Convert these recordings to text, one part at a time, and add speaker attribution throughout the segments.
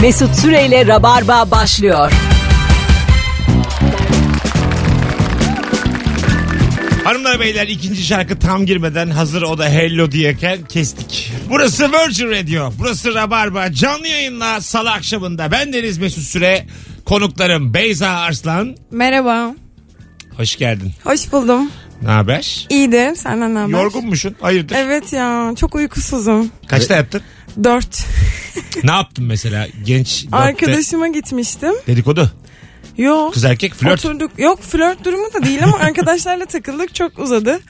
Speaker 1: Mesut Süreyle Rabarba başlıyor.
Speaker 2: Hanımlar beyler ikinci şarkı tam girmeden hazır o da hello diyeken kestik. Burası Virgin Radio. Burası Rabarba. Canlı yayınla salı akşamında. Ben Deniz Mesut Süre. Konuklarım Beyza Arslan.
Speaker 3: Merhaba.
Speaker 2: Hoş geldin.
Speaker 3: Hoş buldum.
Speaker 2: Ne haber?
Speaker 3: İyiydi. Senden ne haber?
Speaker 2: Yorgunmuşsun. Hayırdır?
Speaker 3: Evet ya. Çok uykusuzum.
Speaker 2: Kaçta yattın?
Speaker 3: Dört.
Speaker 2: ne yaptın mesela? Genç dörtte
Speaker 3: Arkadaşıma gitmiştim.
Speaker 2: dedikodu.
Speaker 3: Yok.
Speaker 2: Kız erkek flört.
Speaker 3: Oturduk. Yok flört durumu da değil ama arkadaşlarla takıldık. Çok uzadı.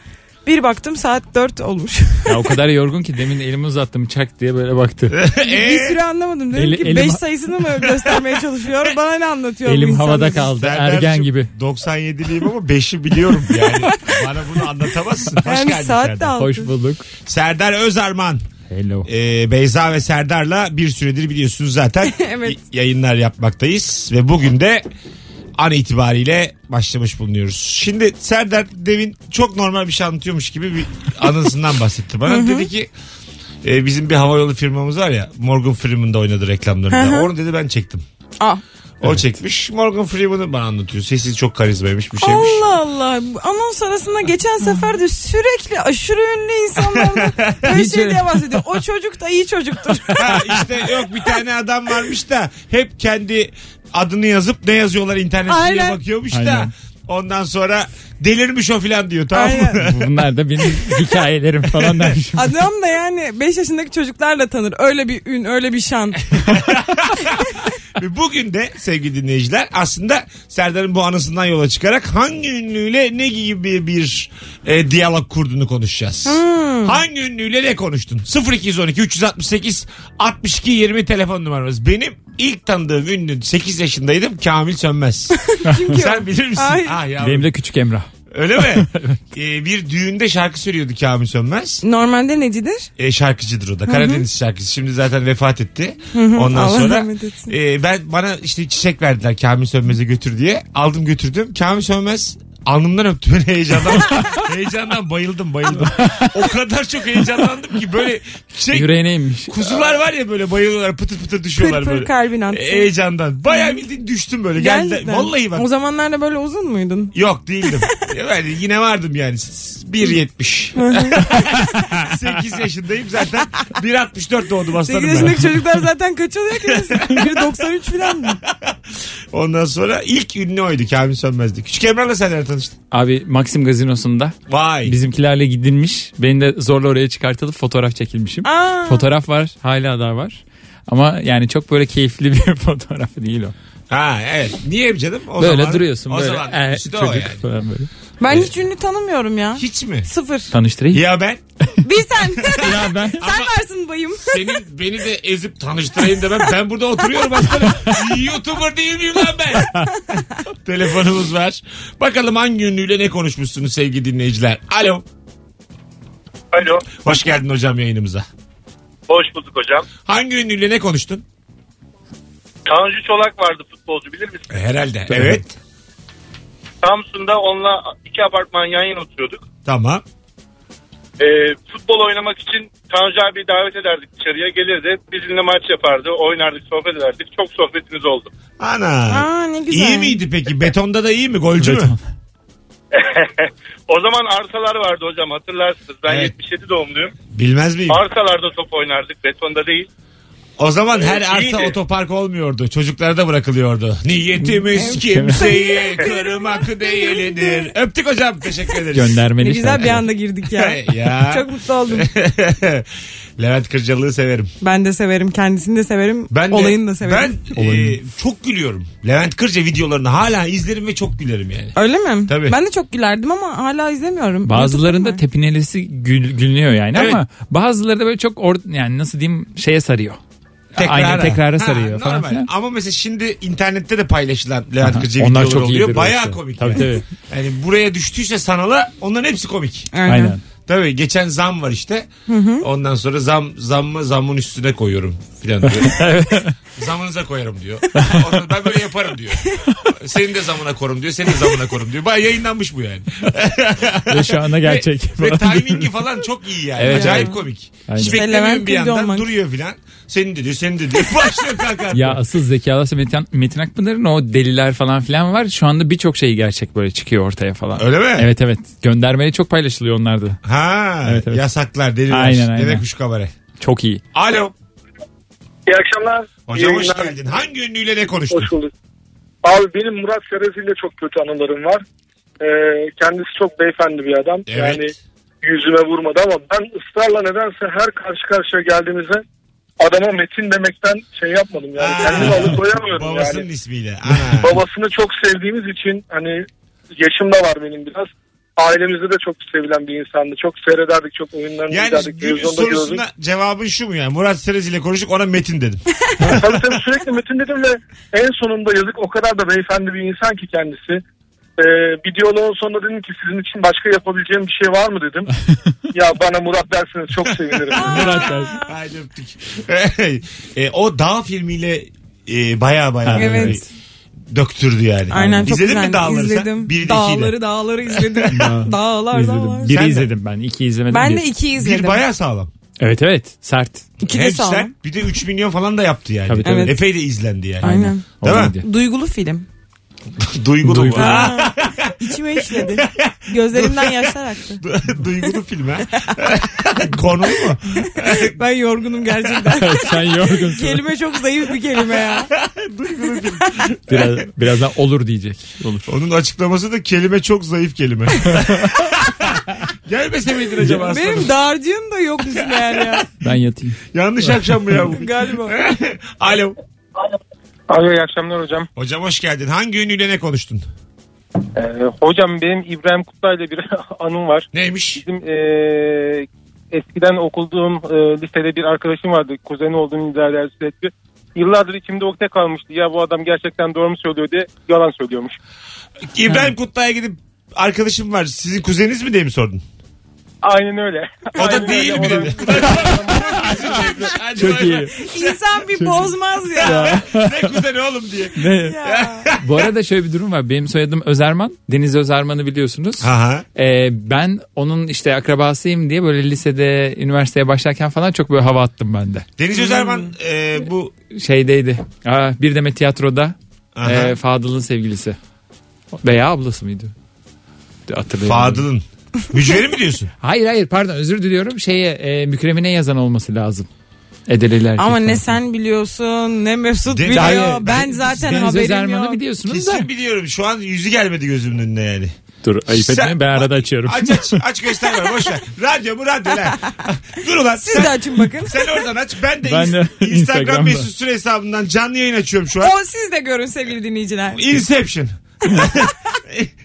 Speaker 3: Bir baktım saat dört olmuş.
Speaker 4: Ya o kadar yorgun ki demin elimi uzattım çak diye böyle baktı.
Speaker 3: bir
Speaker 2: Ee?
Speaker 3: süre anlamadım. Dedim
Speaker 4: Ee? Eli-
Speaker 3: ki
Speaker 4: elim-
Speaker 3: beş sayısını mı göstermeye çalışıyor? Bana ne anlatıyor bu
Speaker 4: Elim
Speaker 3: insan
Speaker 4: havada
Speaker 3: dedim.
Speaker 4: kaldı
Speaker 2: Serdar'cığım,
Speaker 4: ergen gibi.
Speaker 2: 97'liyim ama 5'i biliyorum yani. Bana bunu anlatamazsın. Hoş
Speaker 3: Yani
Speaker 2: geldin
Speaker 3: saat de
Speaker 2: Serdar.
Speaker 3: altı.
Speaker 4: Hoş bulduk.
Speaker 2: Serdar Özarman.
Speaker 4: Hello.
Speaker 2: Ee, Beyza ve Serdar'la bir süredir biliyorsunuz zaten
Speaker 3: Evet.
Speaker 2: y- yayınlar yapmaktayız. Ve bugün de an itibariyle başlamış bulunuyoruz. Şimdi Serdar demin çok normal bir şey anlatıyormuş gibi bir anısından bahsetti bana. dedi ki e, bizim bir havayolu firmamız var ya Morgan Freeman'da oynadı reklamlarında. Onu dedi ben çektim.
Speaker 3: Ah.
Speaker 2: O çekmiş Morgan Freeman'ı bana anlatıyor. Sesi çok karizmaymış bir şeymiş.
Speaker 3: Allah Allah. Bu Anons arasında geçen sefer de sürekli aşırı ünlü insanlardan böyle
Speaker 4: Hiç
Speaker 3: şey
Speaker 4: öyle-
Speaker 3: diye bahsediyor. O çocuk da iyi çocuktur.
Speaker 2: Ha, işte yok bir tane adam varmış da hep kendi adını yazıp ne yazıyorlar internetine
Speaker 3: Aynen.
Speaker 2: bakıyormuş da
Speaker 4: Aynen.
Speaker 2: ondan sonra delirmiş o filan diyor tamam mı?
Speaker 3: Aynen.
Speaker 4: Bunlar da benim hikayelerim falan dermiş.
Speaker 3: Adam da yani 5 yaşındaki çocuklarla tanır. Öyle bir ün, öyle bir şan.
Speaker 2: Ve Bugün de sevgili dinleyiciler aslında Serdar'ın bu anısından yola çıkarak hangi ünlüyle ne gibi bir e, diyalog kurduğunu konuşacağız.
Speaker 3: Hmm.
Speaker 2: Hangi ünlüyle ne konuştun? 0212 368 62 20 telefon numaramız. Benim ilk tanıdığım ünlü 8 yaşındaydım Kamil Sönmez.
Speaker 3: Çünkü
Speaker 2: Sen bilir misin?
Speaker 3: Ay.
Speaker 2: Ah yavrum.
Speaker 4: Benim de küçük Emrah.
Speaker 2: Öyle mi? Ee, bir düğünde şarkı söylüyordu Kamil Sönmez.
Speaker 3: normalde necidir?
Speaker 2: Ee, şarkıcıdır o da. Karadeniz şarkıcısı. Şimdi zaten vefat etti. Ondan
Speaker 3: Allah
Speaker 2: sonra
Speaker 3: rahmet etsin.
Speaker 2: e, ben bana işte çiçek verdiler Kamil Sönmez'e götür diye. Aldım götürdüm. Kamil Sönmez alnımdan öptü beni heyecandan. heyecandan bayıldım bayıldım. o kadar çok heyecanlandım ki böyle şey
Speaker 4: Yüreğine inmiş.
Speaker 2: kuzular var ya böyle bayılıyorlar pıtır pıtır düşüyorlar
Speaker 3: Pır pır
Speaker 2: böyle. E,
Speaker 3: kalbin atsın.
Speaker 2: Heyecandan. Bayağı bildiğin düştüm böyle. Geldi.
Speaker 3: Gerçekten.
Speaker 2: Vallahi bak.
Speaker 3: O zamanlar da böyle uzun muydun?
Speaker 2: Yok değildim. yani yine vardım yani. 1.70. 8 yaşındayım zaten. 1.64 doğdum
Speaker 3: 8
Speaker 2: aslanım ben.
Speaker 3: yaşındaki çocuklar zaten kaç oluyor ki? 1.93 falan mı?
Speaker 2: Ondan sonra ilk ünlü oydu Kamil Sönmez'di. Küçük Emrah'la senler tanıştın.
Speaker 4: Abi Maxim Gazinosu'nda
Speaker 2: Vay.
Speaker 4: bizimkilerle gidilmiş. Beni de zorla oraya çıkartılıp fotoğraf çekilmişim.
Speaker 3: Aa,
Speaker 4: Fotoğraf var hala da var. Ama yani çok böyle keyifli bir fotoğraf değil o.
Speaker 2: Ha evet. Niye bir canım? O
Speaker 4: böyle
Speaker 2: zaman-
Speaker 4: duruyorsun
Speaker 2: o
Speaker 4: böyle.
Speaker 2: Zaman,
Speaker 4: e,
Speaker 2: işte o
Speaker 4: çocuk
Speaker 2: yani.
Speaker 4: falan böyle.
Speaker 3: ben hiç ünlü tanımıyorum ya.
Speaker 2: Hiç mi?
Speaker 3: Sıfır.
Speaker 4: Tanıştırayım.
Speaker 2: Ya ben
Speaker 3: Bir sen.
Speaker 4: Ya ben
Speaker 3: sen varsın bayım.
Speaker 2: senin beni de ezip tanıştırayım demem. Ben burada oturuyorum aslanım. Youtuber değil miyim lan ben? Telefonumuz var. Bakalım hangi ünlüyle ne konuşmuşsunuz sevgili dinleyiciler. Alo.
Speaker 5: Alo.
Speaker 2: Hoş geldin hocam yayınımıza.
Speaker 5: Hoş bulduk hocam.
Speaker 2: Hangi ünlüyle ne konuştun?
Speaker 5: Tanju Çolak vardı futbolcu bilir misin?
Speaker 2: Herhalde. Evet.
Speaker 5: Samsun'da onunla iki apartman yan yana oturuyorduk.
Speaker 2: Tamam.
Speaker 5: Ee, futbol oynamak için Tanju abi davet ederdik dışarıya gelirdi. Bizimle maç yapardı. Oynardık sohbet ederdik. Çok sohbetimiz oldu.
Speaker 2: Ana.
Speaker 3: Aa, ne güzel.
Speaker 2: İyi miydi peki? Betonda da iyi mi? Golcü mü?
Speaker 4: Beton.
Speaker 5: o zaman arsalar vardı hocam hatırlarsınız. Ben
Speaker 2: Evet.
Speaker 5: 77 doğumluyum.
Speaker 2: Bilmez miyim?
Speaker 5: Arsalarda top oynardık betonda değil.
Speaker 2: O zaman her
Speaker 5: Evet,
Speaker 2: arsa
Speaker 5: iyiydi.
Speaker 2: otopark olmuyordu. Çocuklara da bırakılıyordu. Niyetimiz kimseyi kırmak değildir. Öptük hocam. Teşekkür ederiz.
Speaker 4: göndermeli.
Speaker 3: Ne güzel bir anda girdik ya.
Speaker 2: Ya.
Speaker 3: Çok mutlu oldum.
Speaker 2: Levent Kırcalı'yı severim.
Speaker 3: Ben de severim. Kendisini de severim.
Speaker 2: Ben de-
Speaker 3: olayını da severim.
Speaker 2: Ben e, çok gülüyorum. Levent Kırca videolarını hala izlerim ve çok gülerim yani.
Speaker 3: Öyle mi?
Speaker 2: Tabii.
Speaker 3: Ben de çok gülerdim ama hala izlemiyorum.
Speaker 4: Bazılarında
Speaker 3: Unutuldum
Speaker 4: tepinelisi gül, gülünüyor yani
Speaker 2: Evet.
Speaker 4: ama bazıları da böyle çok or, yani nasıl diyeyim şeye sarıyor. Aynen tekrara
Speaker 2: Ha,
Speaker 4: sarıyor falan
Speaker 2: normal.
Speaker 4: filan.
Speaker 2: Ama mesela şimdi internette de paylaşılan Levent
Speaker 4: Aha,
Speaker 2: Kırca
Speaker 4: onlar
Speaker 2: videoları
Speaker 4: çok
Speaker 2: oluyor.
Speaker 4: iyidir
Speaker 2: Bayağı
Speaker 4: orası.
Speaker 2: komik.
Speaker 4: Tabii,
Speaker 2: yani.
Speaker 4: tabii.
Speaker 2: Yani buraya düştüyse sanala onların hepsi komik.
Speaker 3: ben. Aynen.
Speaker 4: Aynen.
Speaker 2: Tabii geçen zam var işte. Ondan sonra zam zammı zamın üstüne koyuyorum filan diyor. Zamınıza koyarım diyor. Ondan ben böyle yaparım diyor. Senin de zamına korum diyor. Senin de zamına korum diyor. Baya yayınlanmış bu yani.
Speaker 4: Ve şu anda gerçek.
Speaker 2: Ve timingi falan çok iyi yani.
Speaker 4: Evet,
Speaker 2: Acayip
Speaker 4: evet.
Speaker 2: komik.
Speaker 4: Aynen.
Speaker 2: Hiç
Speaker 3: Ve
Speaker 2: beklemiyorum
Speaker 3: Levent
Speaker 2: bir
Speaker 3: Kırca
Speaker 2: yandan
Speaker 3: olmak.
Speaker 2: duruyor filan. Senin de diyor, senin de diyor. Başlıyor kalkar.
Speaker 4: Ya asıl zekalısı Metin, Metin Akpınar'ın o deliler falan filan var. Şu anda birçok şey gerçek böyle çıkıyor ortaya falan.
Speaker 2: Öyle mi?
Speaker 4: Evet evet. Göndermeli çok paylaşılıyor onlarda.
Speaker 2: Ha
Speaker 4: Evet, evet.
Speaker 2: yasaklar deliler.
Speaker 4: Aynen, aynen.
Speaker 2: Demek şu kabare.
Speaker 4: Çok iyi.
Speaker 2: Alo.
Speaker 5: İyi akşamlar.
Speaker 2: Hocam
Speaker 5: İyi
Speaker 2: hoş
Speaker 5: yayınlar.
Speaker 2: geldin. Hangi ünlüyle ne konuştun?
Speaker 5: Hoş bulduk. Abi benim Murat Serez'in de çok kötü anılarım var. Ee, kendisi çok beyefendi bir adam.
Speaker 2: Evet.
Speaker 5: Yani yüzüme vurmadı ama ben ısrarla nedense her karşı karşıya geldiğimizde adama Metin demekten şey yapmadım yani.
Speaker 2: Aa,
Speaker 5: Kendimi alıkoyamıyorum
Speaker 2: Babasının
Speaker 5: yani.
Speaker 2: ismiyle. Ana.
Speaker 5: Babasını çok sevdiğimiz için hani yaşım da var benim biraz. Ailemizde de çok sevilen bir insandı. Çok seyrederdik, çok oyunlarını
Speaker 2: yani günün
Speaker 5: izlerdik. Televizyonda gördük.
Speaker 2: sorusuna cevabın şu mu yani? Murat Serez ile konuştuk ona Metin dedim.
Speaker 5: tabii tabii sürekli Metin dedim ve en sonunda yazık o kadar da beyefendi bir insan ki kendisi. Ee, bir diyaloğun sonunda dedim ki sizin için başka yapabileceğim bir şey var mı dedim. ya bana Murat derseniz çok sevinirim.
Speaker 4: Murat abi.
Speaker 2: Haydi öptük. e, o Dağ filmiyle e, baya baya böyle
Speaker 3: Evet.
Speaker 2: bir döktürdü yani.
Speaker 3: Aynen çok
Speaker 2: İzledin
Speaker 3: güzeldi.
Speaker 2: mi Dağları sen?
Speaker 3: İzledim.
Speaker 2: Bir de
Speaker 3: dağları dağları izledim. dağlar dağlar.
Speaker 4: izledim. Biri
Speaker 2: Sen de-
Speaker 4: izledim ben. iki izlemedim.
Speaker 3: Ben
Speaker 4: bir.
Speaker 3: de iki
Speaker 2: ikiyle.
Speaker 3: izledim.
Speaker 2: Bir baya sağlam.
Speaker 4: Evet evet. Sert.
Speaker 3: İki de
Speaker 2: Hem
Speaker 3: sağlam.
Speaker 2: sen bir de 3 milyon falan da yaptı yani.
Speaker 4: Tabii, tabii.
Speaker 3: Evet.
Speaker 2: Epey de izlendi yani.
Speaker 3: Aynen.
Speaker 4: O
Speaker 2: Değil mi?
Speaker 4: iyiydi.
Speaker 3: Duygulu film.
Speaker 2: Duygulu.
Speaker 4: Duygulu.
Speaker 2: Aa,
Speaker 3: Aa, içime işledi. Gözlerimden yaşlar aktı.
Speaker 2: du- Duygulu film ha. Konu mu?
Speaker 3: Ben yorgunum gerçekten.
Speaker 4: Sen yorgunsun.
Speaker 3: kelime çok zayıf bir kelime ya.
Speaker 4: Biraz, birazdan olur diyecek. Olur.
Speaker 2: Onun açıklaması da kelime çok zayıf kelime. Gelmese miydin acaba aslanım?
Speaker 3: Benim dağarcığım da yok İsmail ya.
Speaker 4: Ben yatayım.
Speaker 2: Yanlış akşam mı ya bugün?
Speaker 3: Galiba.
Speaker 2: Alo.
Speaker 6: Alo iyi akşamlar hocam.
Speaker 2: Hocam hoş geldin. Hangi ünlüyle ne konuştun?
Speaker 6: Ee, hocam benim İbrahim Kutlay'la bir anım var.
Speaker 2: Neymiş?
Speaker 6: Bizim ee, eskiden okuduğum ee, lisede bir arkadaşım vardı. Kuzeni olduğunu iddia eder sürekli. Yıllardır içimde okta kalmıştı. Ya bu adam gerçekten doğru mu söylüyor diye yalan söylüyormuş.
Speaker 2: İbrahim Kutlay'a gidip arkadaşım var sizin kuzeniniz mi diye mi sordun?
Speaker 6: Aynen öyle.
Speaker 2: O da
Speaker 6: Aynen
Speaker 2: değil
Speaker 6: öyle.
Speaker 2: mi
Speaker 6: O da-
Speaker 2: dedi. Hadi
Speaker 4: Çok
Speaker 2: bay bay.
Speaker 4: iyi.
Speaker 3: İnsan bir bozmaz ya.
Speaker 2: ne kuzeni oğlum diye.
Speaker 4: Ne?
Speaker 3: ya.
Speaker 4: Bu arada şöyle bir durum var. Benim soyadım Özerman. Deniz Özerman'ı biliyorsunuz.
Speaker 2: Aha.
Speaker 4: Ee, ben onun işte akrabasıyım diye böyle lisede, üniversiteye başlarken falan çok böyle hava attım ben de.
Speaker 2: Deniz Özerman e, bu
Speaker 4: Şeydeydi. Aa, bir deme tiyatroda
Speaker 2: Aha.
Speaker 4: e, Fadıl'ın sevgilisi. Veya ablası mıydı? Hatırlayamadım.
Speaker 2: Fadıl'ın. Mücveri mi diyorsun?
Speaker 4: Hayır hayır pardon özür diliyorum. Şeye e, mükremine yazan olması lazım. Edeleler.
Speaker 3: Ama ne sen biliyorsun ne Mesut
Speaker 2: Deniz-
Speaker 3: biliyor.
Speaker 2: Hayır.
Speaker 3: ben zaten
Speaker 4: Deniz
Speaker 3: haberim
Speaker 4: Özerman'ı
Speaker 3: yok.
Speaker 4: biliyorsunuz da.
Speaker 2: Kesin biliyorum. Şu an yüzü gelmedi gözümün önüne yani.
Speaker 4: Dur ayıp
Speaker 2: Sen-
Speaker 4: etmeyin ben arada açıyorum.
Speaker 2: Aç aç. Aç gösterme. Boş ver. Radyo mu radyo lan. Dur ulan.
Speaker 3: Siz de
Speaker 2: Sen,
Speaker 3: açın bakın.
Speaker 2: sen oradan aç. Ben de,
Speaker 4: Ben de
Speaker 2: ins- Instagram
Speaker 4: Instagram'da.
Speaker 2: mesut süre hesabından canlı yayın açıyorum şu an.
Speaker 3: O siz de görün sevgili dinleyiciler.
Speaker 2: Inception.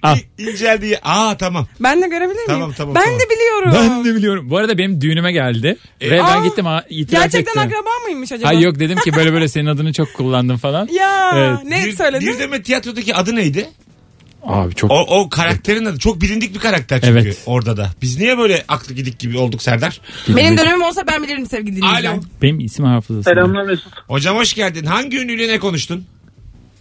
Speaker 4: Al.
Speaker 2: İnceldiği. Aa tamam.
Speaker 3: Ben de görebilir miyim?
Speaker 2: Tamam, tamam,
Speaker 3: ben
Speaker 2: tamam.
Speaker 3: de biliyorum.
Speaker 4: Ben de biliyorum. Bu arada benim düğünüme geldi. ve
Speaker 3: E, Aa,
Speaker 4: ben gittim ha, itiraf
Speaker 3: Gerçekten
Speaker 4: ettim.
Speaker 3: akraba mıymış acaba?
Speaker 4: Ay yok dedim ki böyle böyle senin adını çok kullandım falan.
Speaker 3: Ya
Speaker 4: Evet.
Speaker 3: ne
Speaker 2: bir,
Speaker 3: söyledin?
Speaker 2: Bir deme tiyatrodaki adı neydi?
Speaker 4: Abi çok
Speaker 2: O, o karakterin adı. Çok bilindik bir karakter çünkü
Speaker 4: Evet.
Speaker 2: orada da. Biz niye böyle aklı gidik gibi olduk Serdar?
Speaker 3: Benim dönemim olsa ben bilirim sevgili dinleyiciler.
Speaker 2: Alo.
Speaker 4: benim isim hafızası.
Speaker 7: Selamlar Mesut.
Speaker 2: Hocam hoş geldin. Hangi ünlüyle ne konuştun?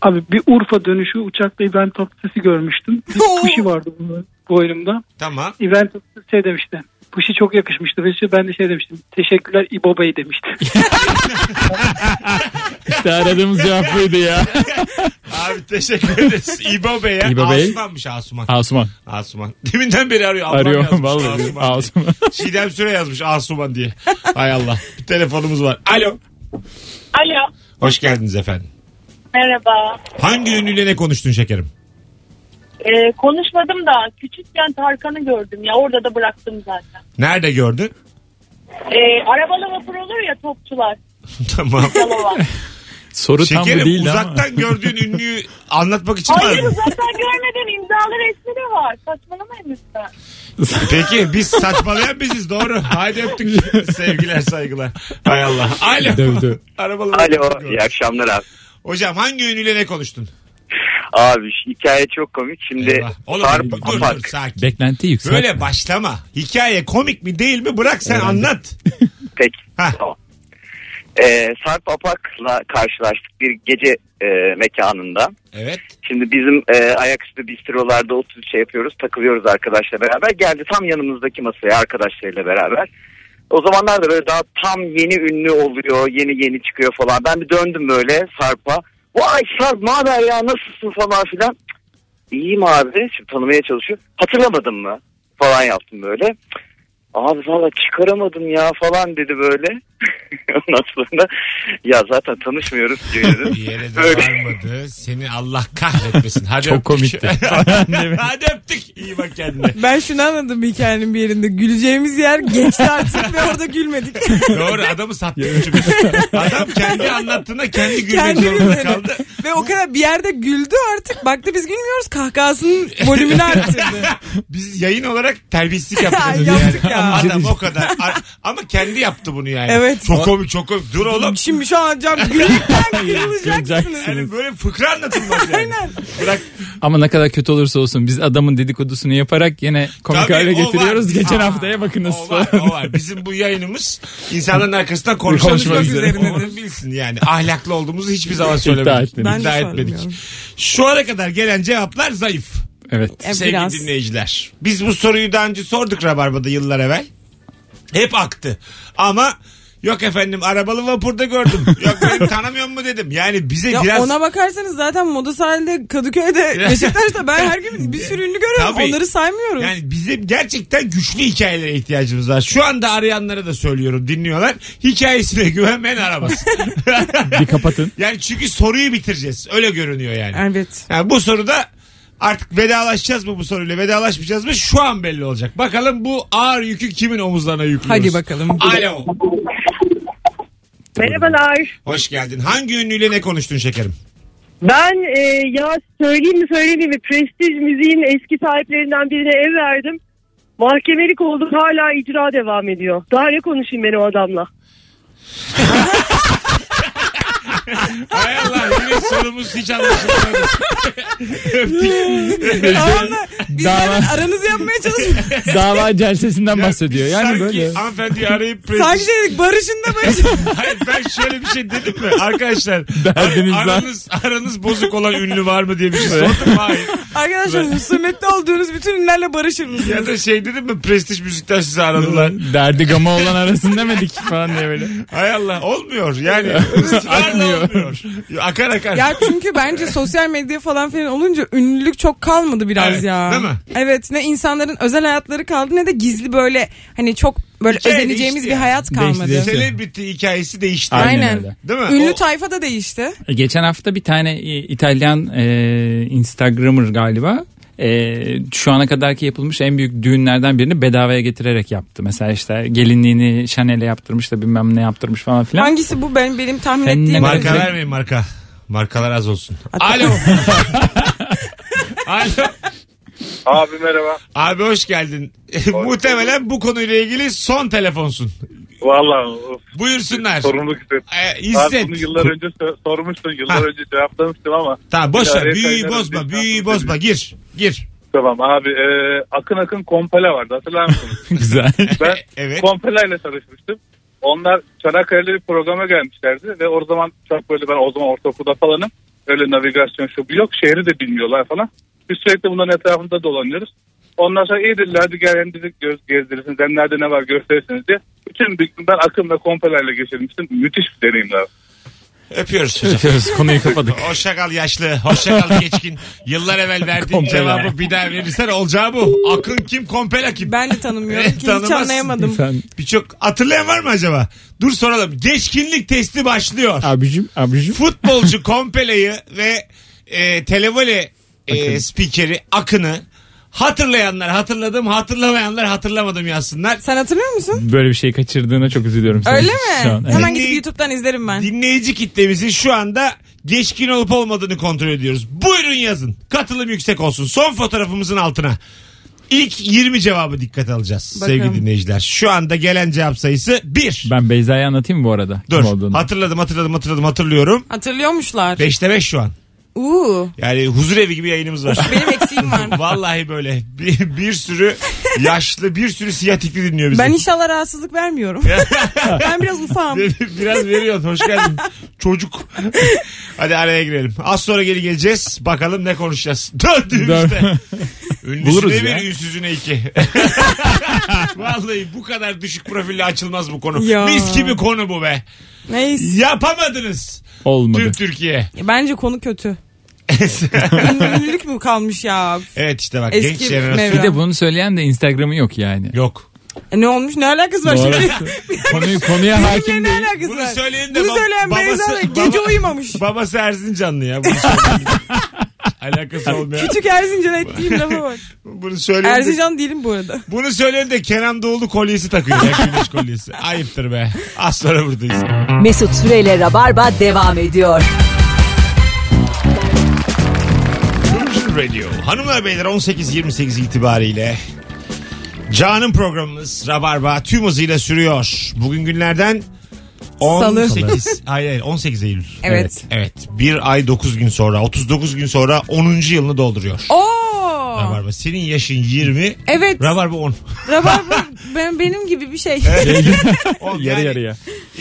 Speaker 7: Abi bir Urfa dönüşü uçakta İbrahim Tatlıses'i görmüştüm. Bir
Speaker 2: şey
Speaker 7: kuşi vardı bunun boynumda.
Speaker 2: Tamam.
Speaker 7: İbrahim Tatlıses şey demişti. Kuşi çok yakışmıştı. Ve işte ben de şey demiştim. Teşekkürler İbo Bey demişti.
Speaker 4: İşte aradığımız cevap buydu ya.
Speaker 2: Abi teşekkür ederiz. İbo Bey ya.
Speaker 4: İbo Bey.
Speaker 2: Asuman'mış Asuman.
Speaker 4: Asuman.
Speaker 2: Asuman. Deminden beri arıyor. Ablam
Speaker 4: Arıyor
Speaker 2: yazmış,
Speaker 4: vallahi.
Speaker 2: Asuman.
Speaker 4: Asuman.
Speaker 2: Şidem Süre yazmış Asuman diye. Hay Allah. Bir telefonumuz var. Alo.
Speaker 8: Alo.
Speaker 2: Hoş geldiniz efendim.
Speaker 8: Merhaba.
Speaker 2: Hangi ünlüyle ne konuştun şekerim?
Speaker 8: Ee, konuşmadım da küçükken Tarkan'ı gördüm ya orada da bıraktım zaten.
Speaker 2: Nerede gördün?
Speaker 8: Ee, arabalı vapur olur ya topçular.
Speaker 2: tamam.
Speaker 8: Yalova.
Speaker 4: Soru tam bu
Speaker 2: Şekerim
Speaker 4: değil
Speaker 2: uzaktan
Speaker 4: ama.
Speaker 2: gördüğün ünlüyü anlatmak için mi
Speaker 8: Hayır
Speaker 2: aradın?
Speaker 8: uzaktan görmeden imzalı resmi de var. Saçmalamayın lütfen.
Speaker 2: Peki biz saçmalayan biziz doğru. Haydi öptük. Sevgiler saygılar. Hay Allah. Alo.
Speaker 4: Dövdü.
Speaker 2: Arabalı
Speaker 9: Alo iyi akşamlar abi.
Speaker 2: Hocam hangi ünlüyle ne konuştun?
Speaker 9: Abi şu hikaye çok komik. Şimdi
Speaker 2: Eyvah. Oğlum
Speaker 9: Sarp
Speaker 2: dur, dur,
Speaker 9: Apak.
Speaker 2: sakin.
Speaker 4: Beklenti yüksek.
Speaker 2: Böyle başlama. Hikaye komik mi değil mi bırak sen anlat.
Speaker 9: Peki.
Speaker 2: Hah.
Speaker 9: Tamam. Ee, Sarp Apak'la karşılaştık bir gece e, mekanında.
Speaker 2: Evet.
Speaker 9: Şimdi bizim e, ayaküstü bistrolarda oturup şey yapıyoruz. Takılıyoruz arkadaşla beraber. Geldi tam yanımızdaki masaya arkadaşlarıyla beraber. O zamanlar da böyle daha tam yeni ünlü oluyor. Yeni yeni çıkıyor falan. Ben bir döndüm böyle Sarp'a. Vay Sarp ne haber ya nasılsın falan filan. Cık, İyiyim abi. Şimdi tanımaya çalışıyor. Hatırlamadın mı? Falan yaptım böyle. Cık, Abi valla çıkaramadım ya falan dedi böyle. Ondan sonra ya zaten tanışmıyoruz ki
Speaker 2: Bir
Speaker 9: dedim.
Speaker 2: yere de
Speaker 9: Öyle.
Speaker 2: varmadı. Seni Allah kahretmesin. Hadi
Speaker 4: Çok
Speaker 2: öptük.
Speaker 4: komikti.
Speaker 2: Hadi öptük. İyi bak kendine.
Speaker 3: Ben şunu anladım bir hikayenin bir yerinde. Güleceğimiz yer geçti artık ve orada gülmedik.
Speaker 2: Doğru adamı sattık çünkü. Adam kendi anlattığında kendi gülmek
Speaker 3: Kendi
Speaker 2: zorunda
Speaker 3: gülmedi.
Speaker 2: kaldı.
Speaker 3: Ve o kadar bir yerde güldü artık. Baktı biz gülmüyoruz. Kahkahasının volümünü arttırdı.
Speaker 2: Biz yayın olarak terbiyesizlik yaptık.
Speaker 3: Ay,
Speaker 2: az önce
Speaker 3: yaptık
Speaker 2: yani.
Speaker 3: ya.
Speaker 2: Adam o kadar. A- Ama kendi yaptı bunu yani.
Speaker 3: Evet.
Speaker 2: Çok komik çok komik. Dur oğlum.
Speaker 3: Şimdi şu an cam gülmekten kırılacaksınız.
Speaker 2: Yani böyle fıkra anlatılmaz yani.
Speaker 3: Aynen.
Speaker 2: Bırak
Speaker 4: Ama ne kadar kötü olursa olsun biz adamın dedikodusunu yaparak yine komik
Speaker 2: Tabii,
Speaker 4: hale
Speaker 2: o var.
Speaker 4: getiriyoruz. Geçen
Speaker 2: Aa,
Speaker 4: haftaya bakınız.
Speaker 2: O var, o var. Bizim bu yayınımız insanların arkasından konuşmamız
Speaker 4: Konuşmak
Speaker 2: üzerine.
Speaker 4: üzerine.
Speaker 2: Onu bilsin yani. Ahlaklı olduğumuzu hiçbir zaman
Speaker 4: İddia
Speaker 2: söylemedik.
Speaker 4: etmedik.
Speaker 3: Ben de
Speaker 2: İddia etmedik.
Speaker 3: söylemiyorum.
Speaker 2: Şu ana kadar gelen cevaplar zayıf.
Speaker 4: Evet.
Speaker 3: E,
Speaker 2: sevgili
Speaker 3: biraz.
Speaker 2: dinleyiciler. Biz bu soruyu daha önce sorduk Rabarba'da yıllar evvel. Hep aktı. Ama yok efendim arabalı vapurda gördüm. yok beni tanımıyor mu dedim. Yani bize
Speaker 3: Ya
Speaker 2: biraz...
Speaker 3: ona bakarsanız zaten moda sahilde Kadıköy'de Beşiktaş'ta ben her gün bir sürü ünlü görüyorum.
Speaker 2: Tabii.
Speaker 3: Onları saymıyoruz.
Speaker 2: Yani bizim gerçekten güçlü hikayelere ihtiyacımız var. Şu anda arayanlara da söylüyorum dinliyorlar. Hikayesine güvenmeyen aramasın.
Speaker 4: Bir kapatın.
Speaker 2: yani çünkü soruyu bitireceğiz. Öyle görünüyor yani.
Speaker 3: Evet.
Speaker 2: Yani bu soruda artık vedalaşacağız mı bu soruyla vedalaşmayacağız mı şu an belli olacak. Bakalım bu ağır yükü kimin omuzlarına yüklüyoruz.
Speaker 3: Hadi bakalım.
Speaker 2: Alo.
Speaker 10: Merhabalar.
Speaker 2: Hoş geldin. Hangi ünlüyle ne konuştun şekerim?
Speaker 10: Ben e, ya söyleyeyim mi söyleyeyim mi Prestij Müziğin eski sahiplerinden birine ev verdim. Mahkemelik oldum hala icra devam ediyor. Daha ne konuşayım ben o adamla?
Speaker 2: Hay Allah yine sorumuz hiç anlaşılmadı. Öptük.
Speaker 3: Anla, biz
Speaker 4: Dava-
Speaker 3: hemen aranızı yapmaya çalışıyoruz.
Speaker 4: Dava celsesinden
Speaker 2: Ya
Speaker 4: bahsediyor.
Speaker 2: biz
Speaker 4: Yani
Speaker 2: sanki
Speaker 4: böyle.
Speaker 2: Hanımefendiyi arayıp prestij-
Speaker 3: Sanki dedik barışın da barışın.
Speaker 2: Hayır ben şöyle bir şey dedim mi? Arkadaşlar
Speaker 4: Derdiniz var.
Speaker 2: aranız, aranız bozuk olan ünlü var mı diye bir şey sordum. Hayır.
Speaker 3: Arkadaşlar husumetli olduğunuz bütün ünlerle barışır mısınız?
Speaker 2: Ya da şey dedim mi prestij müzikten sizi aradılar.
Speaker 4: Derdi gama olan arasın demedik falan diye böyle.
Speaker 2: Hay Allah olmuyor yani. Israrla
Speaker 4: Akmıyor.
Speaker 2: olmuyor. Akar akar.
Speaker 3: Ya çünkü bence sosyal medya falan filan olunca ünlülük çok kalmadı biraz
Speaker 2: Evet,
Speaker 3: ya.
Speaker 2: değil mi?
Speaker 3: Evet ne insanların özel hayatları kaldı ne de gizli böyle hani çok böyle
Speaker 2: Hikaye
Speaker 3: özeneceğimiz
Speaker 2: Şey değişti
Speaker 3: bir
Speaker 2: ya.
Speaker 3: hayat kalmadı.
Speaker 4: değişti.
Speaker 2: Celebrity hikayesi değişti.
Speaker 4: Aynen
Speaker 3: Aynen.
Speaker 4: öyle.
Speaker 2: Değil mi?
Speaker 3: Ünlü
Speaker 2: O-
Speaker 3: tayfa da değişti.
Speaker 4: Geçen hafta bir tane e, İtalyan e, Instagrammer galiba e, şu ana kadarki yapılmış en büyük düğünlerden birini bedavaya getirerek yaptı. Mesela işte gelinliğini Chanel'e yaptırmış da bilmem ne yaptırmış falan filan.
Speaker 3: Hangisi bu ben benim tahmin
Speaker 4: Fenomen.
Speaker 3: ettiğim.
Speaker 2: Marka
Speaker 4: Evet.
Speaker 2: vermeyin marka. Markalar az olsun. Alo. Alo.
Speaker 5: Abi merhaba.
Speaker 2: Abi hoş geldin. Muhtemelen bu konuyla ilgili son telefonsun.
Speaker 5: Valla of,
Speaker 2: Buyursunlar.
Speaker 5: sorumluluk istedim.
Speaker 2: Ee,
Speaker 5: Ben
Speaker 2: İzzet.
Speaker 5: bunu yıllar önce sor- sormuştum. Yıllar
Speaker 2: Ha.
Speaker 5: önce cevaplamıştım ama
Speaker 2: Tamam boş ver.
Speaker 5: İdare
Speaker 2: Büyüyü
Speaker 5: kaynağı
Speaker 2: bozma.
Speaker 5: değil,
Speaker 2: Büyüyü
Speaker 5: tamam.
Speaker 2: bozma. Gir. Gir.
Speaker 5: tamam abi. e, akın akın kompale vardı hatırlar mısınız?
Speaker 4: Güzel.
Speaker 5: Ben
Speaker 2: Evet.
Speaker 5: Kompelayla tanışmıştım. Onlar Çanakkale'de bir programa gelmişlerdi ve o zaman çok böyle ben o zaman ortaokulda falanım. Öyle navigasyon şu bu yok. Şehri de bilmiyorlar falan. Biz sürekli bunların etrafında dolanıyoruz. Ondan sonra iyi dediler hadi gel hem bizi göz gezdirirsiniz hem nerede ne var gösterirsiniz diye. Bütün bir gün ben akımla kompelayla geçirmiştim. Müthiş bir deneyimdi abi.
Speaker 2: Öpüyoruz hocam.
Speaker 4: Öpüyoruz, konuyu kapadık.
Speaker 2: Hoşça kal yaşlı, hoşça kal geçkin. Yıllar evvel verdiğin
Speaker 4: Kompela.
Speaker 2: cevabı bir daha verirsen olacağı bu. Akın kim, kompela kim?
Speaker 3: Ben de tanımıyorum
Speaker 2: Evet,
Speaker 3: ki hiç
Speaker 2: tanımazsın.
Speaker 3: anlayamadım.
Speaker 4: Sen
Speaker 2: Birçok hatırlayan var mı acaba? Dur soralım. Geçkinlik testi başlıyor.
Speaker 4: abicim abicim.
Speaker 2: futbolcu Kompele'yi ve e, televole e, spikeri Akın'ı hatırlayanlar hatırladım hatırlamayanlar hatırlamadım yazsınlar.
Speaker 3: Sen hatırlıyor musun?
Speaker 4: Böyle bir şey kaçırdığına çok üzülüyorum. sana.
Speaker 3: Öyle
Speaker 4: Şu
Speaker 3: mi?
Speaker 4: an, evet.
Speaker 3: Hemen
Speaker 2: Dinley-
Speaker 3: gidip YouTube'dan izlerim ben.
Speaker 2: Dinleyici kitlemizin şu anda geçkin olup olmadığını kontrol ediyoruz. Buyurun yazın. Katılım yüksek olsun. Son fotoğrafımızın altına. İlk 20 cevabı dikkate alacağız sevgili dinleyiciler. Şu anda gelen cevap sayısı 1.
Speaker 4: Ben Beyza'yı anlatayım mı bu arada? Kim
Speaker 2: Dur.
Speaker 4: olduğunu?
Speaker 2: Hatırladım hatırladım hatırladım hatırlıyorum.
Speaker 3: Hatırlıyormuşlar.
Speaker 2: 5'te 5 şu an.
Speaker 3: Uuu.
Speaker 2: Yani huzur evi gibi yayınımız var.
Speaker 3: Benim eksiğim var.
Speaker 2: Vallahi böyle bir, bir sürü Yaşlı bir sürü siyatikli dinliyor bizi.
Speaker 3: Ben inşallah rahatsızlık vermiyorum. ben biraz ufağım.
Speaker 2: Biraz veriyorsun. Hoş geldin. Çocuk. Hadi araya girelim. Az sonra geri geleceğiz. Bakalım ne konuşacağız. Döndüğümüzde.
Speaker 4: Buluruz
Speaker 2: Ünlüsüne
Speaker 4: ya.
Speaker 2: bir, ünsüzüne iki. Vallahi bu kadar düşük profille açılmaz bu konu.
Speaker 3: Ya.
Speaker 2: Mis gibi konu bu be.
Speaker 3: Neyse.
Speaker 2: Yapamadınız.
Speaker 4: Olmadı.
Speaker 2: Tüm Türkiye.
Speaker 3: Bence konu kötü. Ünlülük mü kalmış ya?
Speaker 2: evet işte bak
Speaker 3: Eski
Speaker 2: genç jenerasyon.
Speaker 3: mevzu.
Speaker 4: Bir de bunu söyleyen de Instagram'ı yok yani.
Speaker 2: Yok.
Speaker 3: E, ne olmuş? Ne alakası var
Speaker 4: Doğru.
Speaker 3: şimdi?
Speaker 4: Konuyu, konuya hakim
Speaker 3: Benimle
Speaker 4: değil.
Speaker 3: ne alakası
Speaker 2: Bunu
Speaker 3: var?
Speaker 2: söyleyen de
Speaker 3: Bunu
Speaker 2: bab-
Speaker 3: söyleyen
Speaker 2: babası-
Speaker 3: Beyza da
Speaker 2: baba-
Speaker 3: gece uyumamış.
Speaker 2: Babası Erzincanlı ya. Bunu söyleyin. Alakası olmayan.
Speaker 3: Küçük Erzincan'a ettiğim lafa bak.
Speaker 2: Bunu söyleyin. de-
Speaker 3: Erzincan değilim bu arada.
Speaker 2: Bunu söyleyen de Kenan Doğulu kolyesi takıyor. ya, Güneş kolyesi. Ayıptır be. Az sonra buradayız.
Speaker 1: Mesut Süreyle Rabarba devam ediyor.
Speaker 2: Virgin Radio. Hanımlar beyler 18-28 itibariyle Can'ın programımız Rabarba tüm hızıyla sürüyor. Bugün günlerden 18, hayır, hayır, 18 Eylül.
Speaker 3: Evet.
Speaker 2: Evet. Bir ay 9 gün sonra 39 gün sonra 10. yılını dolduruyor.
Speaker 3: Oo.
Speaker 2: Rabarba. Senin yaşın 20.
Speaker 3: Oh. Evet.
Speaker 2: Rabarba 10.
Speaker 3: Rabarba ben benim gibi bir şey.
Speaker 2: Oğlum
Speaker 4: Yarı
Speaker 2: yani,
Speaker 4: yarıya.